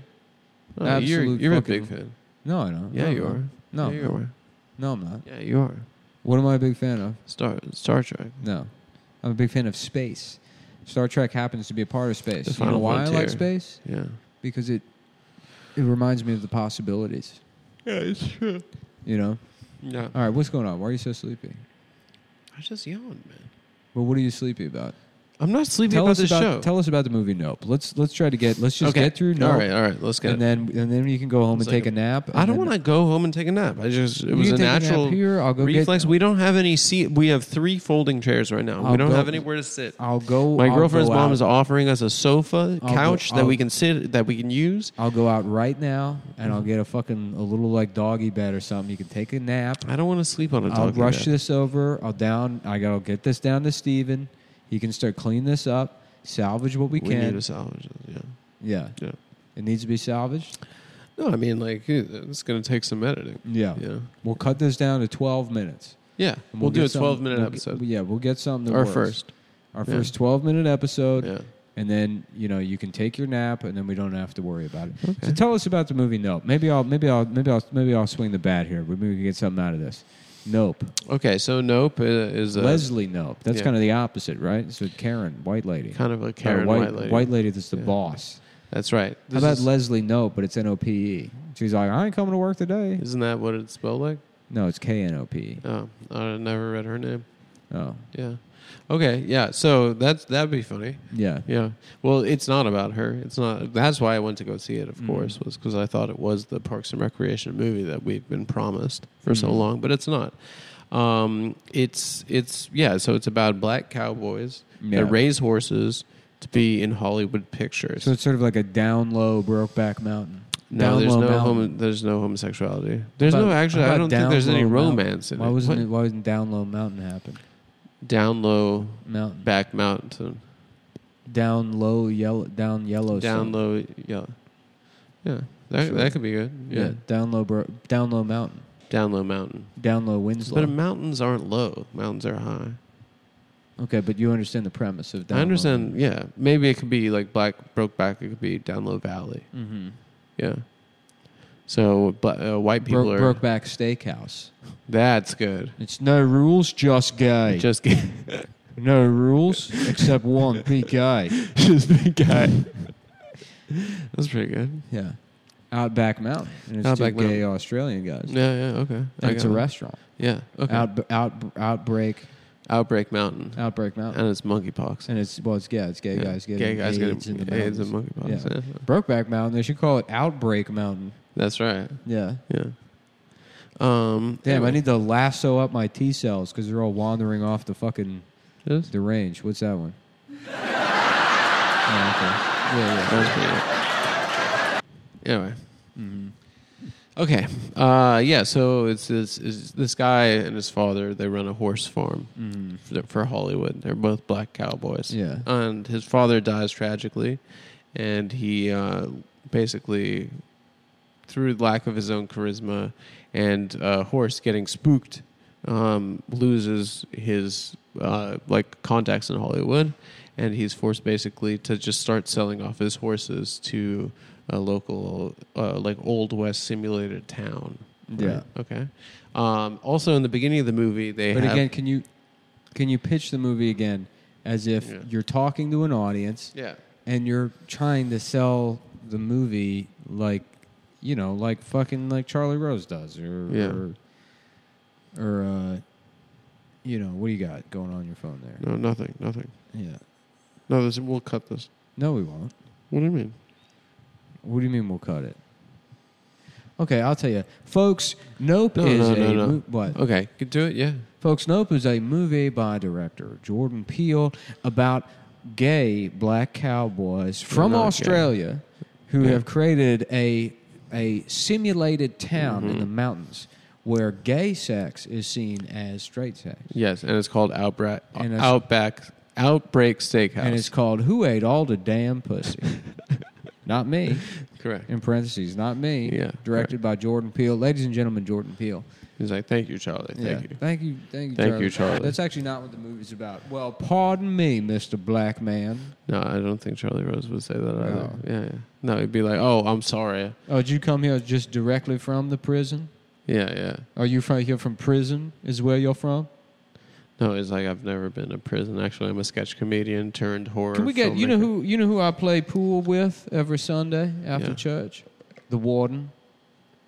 S2: No, you're
S1: Absolute
S2: you're a
S1: fucking-
S2: big fan.
S1: No, I don't.
S2: Yeah,
S1: No,
S2: you
S1: I'm not.
S2: are.
S1: No,
S2: Yeah, you are.
S1: no, I'm not.
S2: Yeah, you are.
S1: What am I a big fan of?
S2: Star Star Trek.
S1: No, I'm a big fan of space. Star Trek happens to be a part of space.
S2: The
S1: you know
S2: Final
S1: why I like
S2: Frontier.
S1: space?
S2: Yeah.
S1: Because it it reminds me of the possibilities.
S2: Yeah, it's true.
S1: You know.
S2: Yeah.
S1: All right, what's going on? Why are you so sleepy?
S2: I just yawned, man.
S1: Well, what are you sleepy about?
S2: I'm not sleepy
S1: tell
S2: about
S1: us
S2: this
S1: about
S2: show.
S1: tell us about the movie Nope. Let's let's try to get let's just
S2: okay.
S1: get through Nope,
S2: All right, all right. Let's get
S1: and
S2: it.
S1: then and then you can go home
S2: It's
S1: and take
S2: like
S1: a nap. and
S2: I don't
S1: then-
S2: want to go home and take a nap. I just it
S1: You
S2: was
S1: can
S2: a
S1: take nap
S2: natural
S1: here. I'll go get-
S2: reflex. we don't have any seat. We have three folding chairs right now.
S1: I'll
S2: we don't
S1: go-
S2: have anywhere to sit.
S1: I'll go.
S2: My
S1: I'll
S2: girlfriend's
S1: go
S2: mom
S1: out.
S2: is offering us a sofa
S1: I'll go-
S2: couch that
S1: I'll-
S2: we can sit that we can use.
S1: I'll go out right now and I'll get a fucking a little like doggy bed or something. You can take a nap.
S2: I don't want to sleep on a
S1: I'll
S2: dog.
S1: rush this over. I'll down. I gotta get this down to Steven. He can start cleaning this up. Salvage what we,
S2: We
S1: can.
S2: need to salvage it. Yeah,
S1: yeah,
S2: yeah.
S1: it needs to be salvaged.
S2: No, I mean like it's going to take some editing.
S1: Yeah.
S2: Yeah,
S1: we'll cut this down to twelve minutes.
S2: yeah.
S1: And
S2: We'll, do
S1: get
S2: a
S1: some-
S2: 12 minute
S1: we'll get-
S2: episode.
S1: yeah, we'll get something. That
S2: Our
S1: works.
S2: first.
S1: our
S2: Yeah.
S1: first twelve minute episode,
S2: Yeah.
S1: and then you know you can take your nap, and then we don't have to worry about it. So
S2: Okay.
S1: tell us about the movie Nope. Maybe I'll maybe I'll maybe I'll maybe I'll swing the bat here. Maybe we can get something out of this. Nope.
S2: Okay, so Nope uh, is a
S1: Leslie Nope. That's
S2: yeah.
S1: kind of the opposite, right? It's with Karen, white lady.
S2: kind of a
S1: Or
S2: Karen
S1: Uh, white,
S2: White, lady.
S1: that's the
S2: Yeah.
S1: boss.
S2: That's right. This
S1: How about
S2: is-
S1: Leslie Nope, but it's N O P E? She's like, I ain't coming to work today.
S2: Isn't that what it's spelled like?
S1: No, it's K N O P E.
S2: Oh, I never read her name.
S1: Oh,
S2: Yeah. Okay. Yeah. So that's that'd be funny.
S1: yeah.
S2: Yeah. Well, it's not about her. It's not. That's why I went to go see it.
S1: Mm-hmm.
S2: Of course, was because I thought it was the Parks and Recreation movie that we've been promised for so
S1: Mhm.
S2: long, but it's not. Um, it's it's yeah. So it's about black cowboys
S1: Yeah.
S2: that raise horses to be in Hollywood pictures.
S1: So it's sort of like a down low Brokeback Mountain.
S2: no,
S1: Down
S2: there's
S1: low
S2: no
S1: mountain.
S2: homo- there's no homosexuality. There's
S1: About-
S2: no actually. I
S1: about
S2: don't think there's
S1: down
S2: any
S1: low mountain.
S2: romance in
S1: Why
S2: it.
S1: wasn't
S2: What?
S1: it? Why wasn't Down Low Mountain happen?
S2: down low
S1: Mountain
S2: back mountain?
S1: down low yellow down yellow
S2: down
S1: sun.
S2: low. Yeah, yeah. That
S1: Sure.
S2: that could be good.
S1: yeah.
S2: yeah.
S1: down low bro, down low mountain
S2: down low mountain.
S1: down low Winslow.
S2: But mountains aren't low. Mountains are high.
S1: okay, but you understand the premise of down.
S2: I understand. Yeah, maybe it could be like black broke back. It could be down low valley.
S1: Mm-hmm.
S2: Yeah. So but, uh, white people
S1: Bro-
S2: are.
S1: Brokeback Steakhouse.
S2: That's good.
S1: It's no rules, just gay.
S2: Just get,
S1: no rules except one, be gay.
S2: just big guy. That's pretty good.
S1: Yeah, Outback Mountain, and it's
S2: Outback
S1: two gay Australian guys.
S2: Yeah, yeah, okay. I
S1: And it's a
S2: got it.
S1: restaurant.
S2: Yeah, okay.
S1: Out, out, outbreak,
S2: Outbreak Mountain,
S1: outbreak mountain,
S2: and it's monkeypox.
S1: and it's well, it's yeah, it's gay
S2: Yeah.
S1: guys getting
S2: Gay guys
S1: AIDS in the
S2: AIDS and
S1: mountains.
S2: monkeypox.
S1: Yeah.
S2: yeah.
S1: Brokeback Mountain. They should call it Outbreak Mountain.
S2: That's right.
S1: Yeah.
S2: Yeah. Um,
S1: Damn, I
S2: anyway,
S1: need to lasso up my T cells because they're all wandering off the fucking
S2: this-
S1: the range. What's that one? Oh, okay. Yeah, yeah.
S2: that was pretty good. Anyway. Mm-hmm. Okay. Uh, yeah. So it's this is this guy and his father. They run a horse farm for, for Hollywood. They're both black cowboys.
S1: Mm. Yeah.
S2: And his father dies tragically, and he uh, basically, through lack of his own charisma, and a horse uh, getting spooked um, loses his uh, like contacts in Hollywood, and he's forced basically to just start selling off his horses to a local uh, like old west simulated town.
S1: Yeah.
S2: Okay. Um, also, in the beginning of the movie, they
S1: But
S2: have,
S1: again, can you can you pitch the movie again as if
S2: Yeah.
S1: you're talking to an audience
S2: yeah.
S1: and you're trying to sell the movie like you know, like fucking like Charlie Rose does or
S2: Yeah.
S1: or, or uh you know, what do you got going on your phone there?
S2: No, nothing, nothing.
S1: Yeah.
S2: No, this we'll cut this.
S1: No, we won't.
S2: What do you mean?
S1: What do you mean we'll cut it? Okay, I'll tell you. Folks, Nope
S2: No,
S1: is
S2: no,
S1: a
S2: no, no.
S1: mo- what?
S2: Okay, could do it. Yeah.
S1: Folks, Nope is a movie by director Jordan Peele about gay black cowboys from
S2: not gay.
S1: Australia who
S2: Yeah.
S1: have created a a simulated town
S2: Mm-hmm.
S1: in the mountains where gay sex is seen as straight sex.
S2: Yes, and it's called Outback
S1: And it's-
S2: Outback Outbreak Steakhouse.
S1: And it's called Who Ate All the Damn Pussy? not me.
S2: correct.
S1: In parentheses, not me.
S2: Yeah,
S1: Directed by Jordan Peele. Ladies and gentlemen, Jordan Peele.
S2: He's like, thank you, Charlie. Thank you.
S1: Thank you. Thank you.
S2: Thank
S1: Charlie.
S2: you, Charlie.
S1: That's actually not what the movie's about. Well, pardon me, Mr. Black Man.
S2: No, I don't think Charlie Rose would say that either.
S1: No.
S2: Yeah, yeah. No, he'd be like, oh, I'm sorry.
S1: Oh, did you come here just directly from the prison?
S2: Yeah, yeah.
S1: Are you from here from prison? Is where you're from?
S2: No, it's like I've never been to prison. Actually, I'm a sketch comedian turned horror.
S1: Can we get you know
S2: filmmaker.
S1: who you know who I play pool with every Sunday after
S2: Yeah.
S1: church? The warden.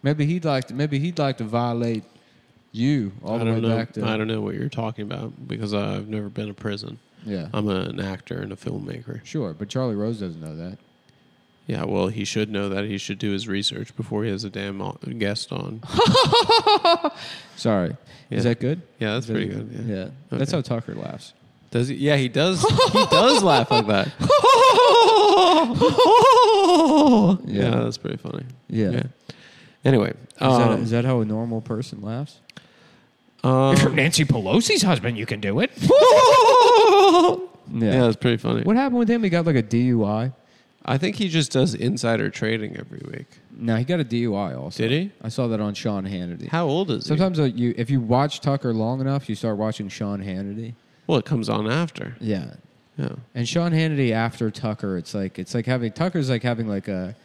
S1: Maybe he'd like to maybe he'd like to violate you all
S2: I
S1: the way
S2: don't know.
S1: back to
S2: I don't know what you're talking about because I've never been to prison.
S1: Yeah.
S2: I'm an actor and a filmmaker.
S1: sure, but Charlie Rose doesn't know that.
S2: Yeah, well, he should know that. He should do his research before he has a damn o- guest on.
S1: Sorry. Is
S2: Yeah.
S1: that good?
S2: Yeah, that's
S1: Is that-
S2: pretty good. Yeah.
S1: Yeah. That's
S2: Okay.
S1: how Tucker laughs.
S2: Does he? Yeah, he does. he does laugh like that. Oh, yeah.
S1: Yeah.
S2: that's pretty funny.
S1: Yeah. Is,
S2: Anyway,
S1: that,
S2: um,
S1: is that how a normal person laughs?
S2: um,
S1: Nancy Pelosi's husband, you can do it.
S2: yeah,
S1: Yeah.
S2: that's pretty funny.
S1: What happened with him? He got like a DUI.
S2: I think he just does insider trading every week.
S1: No, he got a DUI also.
S2: Did he?
S1: I saw that on Sean Hannity.
S2: How old is he?
S1: Sometimes uh, you, if you watch Tucker long enough, you start watching Sean Hannity.
S2: Well, it comes on after.
S1: Yeah,
S2: Yeah.
S1: and Sean Hannity after Tucker, it's like it's like having Tucker's like having like a,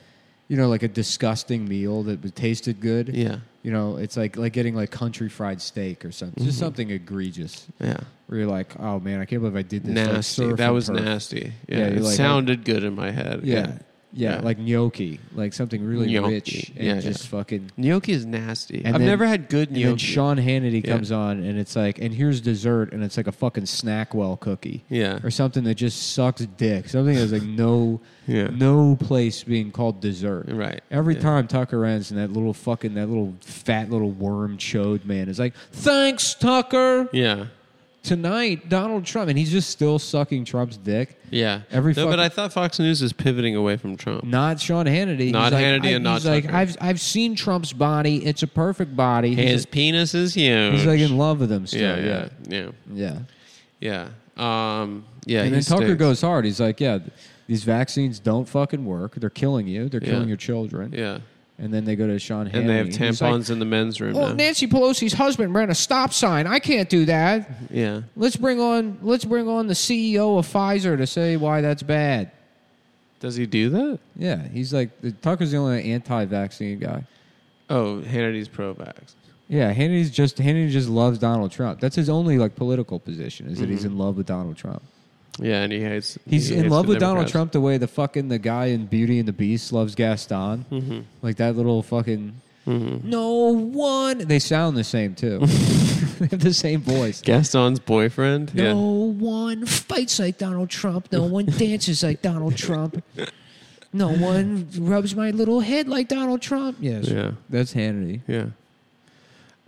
S1: you know, like a disgusting meal that was- tasted good.
S2: Yeah.
S1: You know, it's like like getting like country fried steak or something, just something egregious.
S2: Yeah.
S1: Where you're like, oh man, I can't believe I did this. Like,
S2: Nasty.
S1: surf
S2: that
S1: and
S2: was
S1: turf.
S2: nasty. Yeah.
S1: Yeah, you're
S2: it
S1: like-
S2: sounded good in my head.
S1: Yeah. Yeah. like gnocchi, like something really
S2: Gnocchi.
S1: rich and
S2: Yeah, yeah.
S1: just fucking.
S2: Gnocchi is nasty.
S1: And
S2: I've
S1: then-
S2: never had good
S1: And
S2: gnocchi.
S1: then Sean Hannity
S2: Yeah.
S1: comes on, and it's like, and here's dessert, and it's like a fucking Snackwell cookie.
S2: yeah.
S1: or something that just sucks dick. Something that's like no,
S2: Yeah.
S1: no place being called dessert.
S2: Right.
S1: Every
S2: Yeah.
S1: time Tucker ends and that little fucking that little fat little worm chode man is like, thanks Tucker.
S2: Yeah.
S1: Tonight Donald Trump and he's just still sucking Trump's dick.
S2: Yeah.
S1: Every
S2: no, but
S1: fucking-
S2: I thought Fox News is pivoting away from Trump.
S1: Not Sean Hannity.
S2: Not
S1: he's like,
S2: Hannity
S1: I-
S2: and not
S1: he's like,
S2: Tucker.
S1: I've I've seen Trump's body. It's a perfect body. He's
S2: His
S1: like-
S2: penis is huge.
S1: He's like in love with him still.
S2: yeah,
S1: Yeah,
S2: yeah, yeah,
S1: yeah.
S2: yeah. Um, yeah.
S1: and
S2: he
S1: then Tucker
S2: stinks.
S1: goes hard. He's like, yeah, th- these vaccines don't fucking work. They're killing you. They're
S2: Yeah.
S1: killing your children.
S2: Yeah,
S1: And then they go to Sean Hannity.
S2: and they have
S1: he's like,
S2: tampons in the men's room.
S1: Well,
S2: now.
S1: Oh, Nancy Pelosi's husband ran a stop sign. I can't do that.
S2: yeah,
S1: Let's bring on let's bring on the CEO of Pfizer to say why that's bad.
S2: does he do that?
S1: Yeah, he's like the, Tucker's the only anti-vaccine guy.
S2: Oh, Hannity's pro-vax.
S1: Yeah, Hannity's just Hannity just loves Donald Trump. That's his only like political position is that he's in love with Donald Trump.
S2: Yeah, and he hates.
S1: He's
S2: he
S1: in
S2: hates
S1: love
S2: the
S1: with Donald
S2: Democrats.
S1: Trump the way the fucking the guy in Beauty and the Beast loves Gaston,
S2: Mm-hmm.
S1: like that little fucking. No one. They sound the same too. they have the same voice.
S2: Gaston's boyfriend. Yeah.
S1: one fights like Donald Trump. No one dances like Donald Trump. No one rubs my little head like Donald Trump. Yes.
S2: Yeah.
S1: That's Hannity.
S2: Yeah.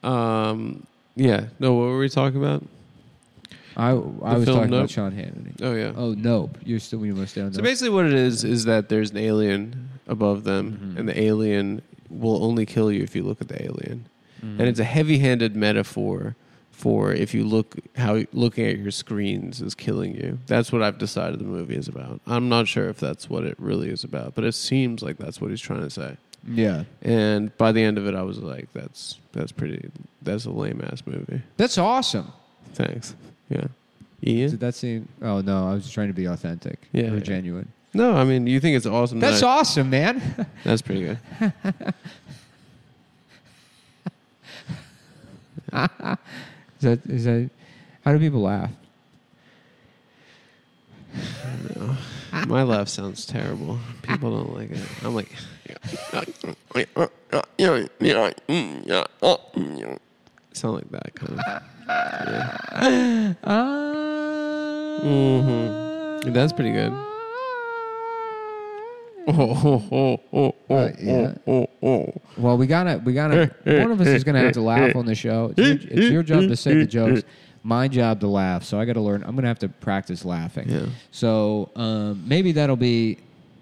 S2: Um. Yeah. No. What were we talking about?
S1: I, I was
S2: film
S1: talking
S2: Nope.
S1: about Sean Hannity.
S2: Oh yeah.
S1: Oh, nope. You're still, you must down
S2: So basically, what it is is that there's an alien above them,
S1: Mm-hmm.
S2: and the alien will only kill you if you look at the alien,
S1: Mm-hmm.
S2: and it's a heavy-handed metaphor for if you look how looking at your screens is killing you. That's what I've decided the movie is about. I'm not sure if that's what it really is about, but it seems like that's what he's trying to say.
S1: Yeah.
S2: And by the end of it, I was like, "That's that's pretty. That's a lame ass movie."
S1: That's awesome.
S2: Thanks. Yeah. Ian.
S1: Did that seem? Oh no, I was trying to be authentic.
S2: Yeah,
S1: or
S2: yeah.
S1: genuine.
S2: No, I mean you think it's awesome.
S1: That's
S2: that I-
S1: awesome, man.
S2: That's pretty good.
S1: is that is that? How do people laugh?
S2: My laugh sounds terrible. People don't like it. I'm like, sound like that kind of. Mhm. Mm. That's pretty good. Oh, oh, oh, oh,
S1: Uh, yeah.
S2: oh, oh, oh.
S1: Well, we gotta, we gotta. one of us is gonna have to laugh on the show. It's your, it's your job to say the jokes. My job to laugh. So I got to learn. I'm gonna have to practice laughing.
S2: Yeah.
S1: So um, maybe that'll be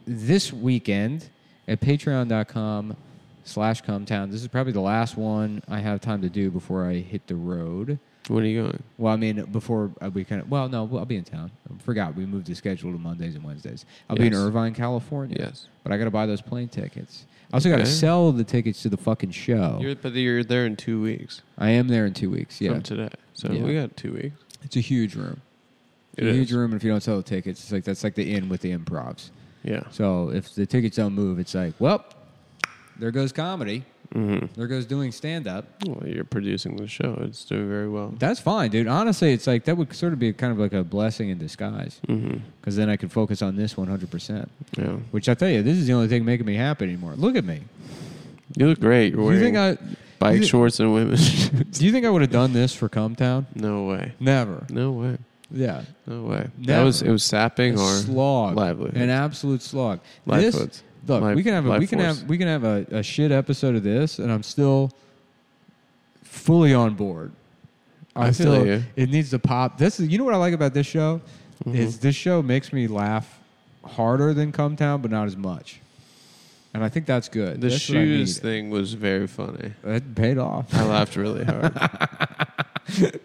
S1: this weekend at Patreon.com slash Cometown. This is probably the last one I have time to do before I hit the road.
S2: When are you going?
S1: Well, I mean, before uh, we kind of well, no, I'll be in town. I forgot we moved the schedule to Mondays and Wednesdays. I'll be in
S2: Yes.
S1: Irvine, California.
S2: Yes.
S1: but I got to buy those plane tickets. I also got to
S2: Okay.
S1: sell the tickets to the fucking show.
S2: You're, but you're there in two weeks
S1: I am there in two weeks. Yeah,
S2: from today, so
S1: Yeah.
S2: we got two weeks.
S1: it's a huge room. It's
S2: It
S1: a huge
S2: is.
S1: room, and if you don't sell the tickets, it's like that's like the inn with the improvs.
S2: Yeah.
S1: So if the tickets don't move, it's like, well, there goes comedy.
S2: Mm-hmm.
S1: There goes doing stand up.
S2: Well, you're producing the show. It's doing very well.
S1: That's fine, dude. Honestly, it's like that would sort of be kind of like a blessing in disguise
S2: Mm-hmm.
S1: because then I could focus on this 100%.
S2: Yeah.
S1: Which I tell you, this is the only thing making me happy anymore. Look at me.
S2: You look great. You're
S1: Do you
S2: wearing
S1: think I?
S2: bike
S1: you thi-
S2: shorts and women.
S1: Do you think I would have done this for Cumtown?
S2: no way.
S1: Never.
S2: No way.
S1: Yeah,
S2: No way. That
S1: Never.
S2: was it was
S1: a
S2: sapping or
S1: slog,
S2: livelihood.
S1: an absolute slog.
S2: Life
S1: this,
S2: hoods.
S1: look,
S2: Life-
S1: we can have a,
S2: life
S1: we can
S2: force.
S1: have we can have a, a shit episode of this, and I'm still fully on board.
S2: I
S1: I'm
S2: feel
S1: still-
S2: you. Mm-hmm.
S1: It needs to pop. This is you know what I like about this show is this show makes me laugh harder than Cumtown, but not as much. And I think that's good.
S2: the
S1: That's what I
S2: shoes
S1: need.
S2: thing was very funny.
S1: It paid off.
S2: I laughed really hard.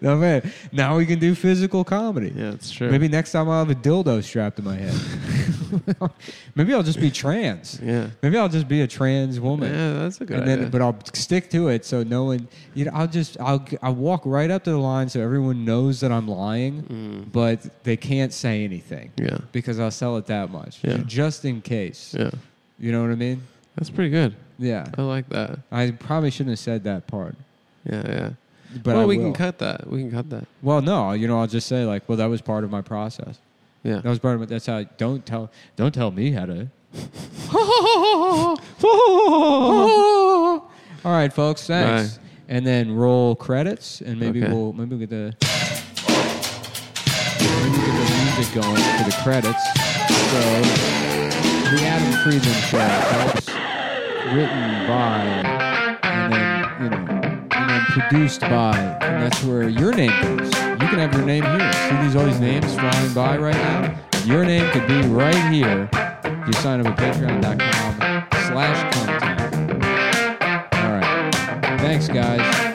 S1: No man. Now we can do physical comedy.
S2: yeah, it's true.
S1: Maybe next time I'll have a dildo strapped to my head. Maybe I'll just be trans.
S2: Yeah.
S1: Maybe I'll just be a trans woman.
S2: Yeah, that's a good
S1: and then,
S2: idea.
S1: but I'll stick to it so no one, you know, I'll just, I'll, I'll walk right up to the line so everyone knows that I'm lying,
S2: Mm.
S1: but they can't say anything
S2: yeah.
S1: because I'll sell it that much.
S2: Yeah.
S1: Just in case.
S2: Yeah. Uh.
S1: You know what I mean?
S2: That's pretty good.
S1: Yeah.
S2: I like that.
S1: I probably shouldn't have said that part.
S2: Yeah, yeah.
S1: But
S2: well,
S1: I
S2: we
S1: will.
S2: can cut that. We can cut that.
S1: Well, no, you know, I'll just say like, well, that was part of my process.
S2: Yeah.
S1: That was part of my, that's how. I, don't tell, don't tell me how to. All right, folks, thanks.
S2: Bye.
S1: And then roll credits, and maybe
S2: Okay.
S1: we'll maybe we'll get the maybe we'll get the music going for the credits. So the Adam Friedman show that was written by and then you know and then produced by, and that's where your name goes. You can have your name here. See these all these names flying by right now. Your name could be right here. If you sign up at patreon.com slash contact. All right. Thanks, guys.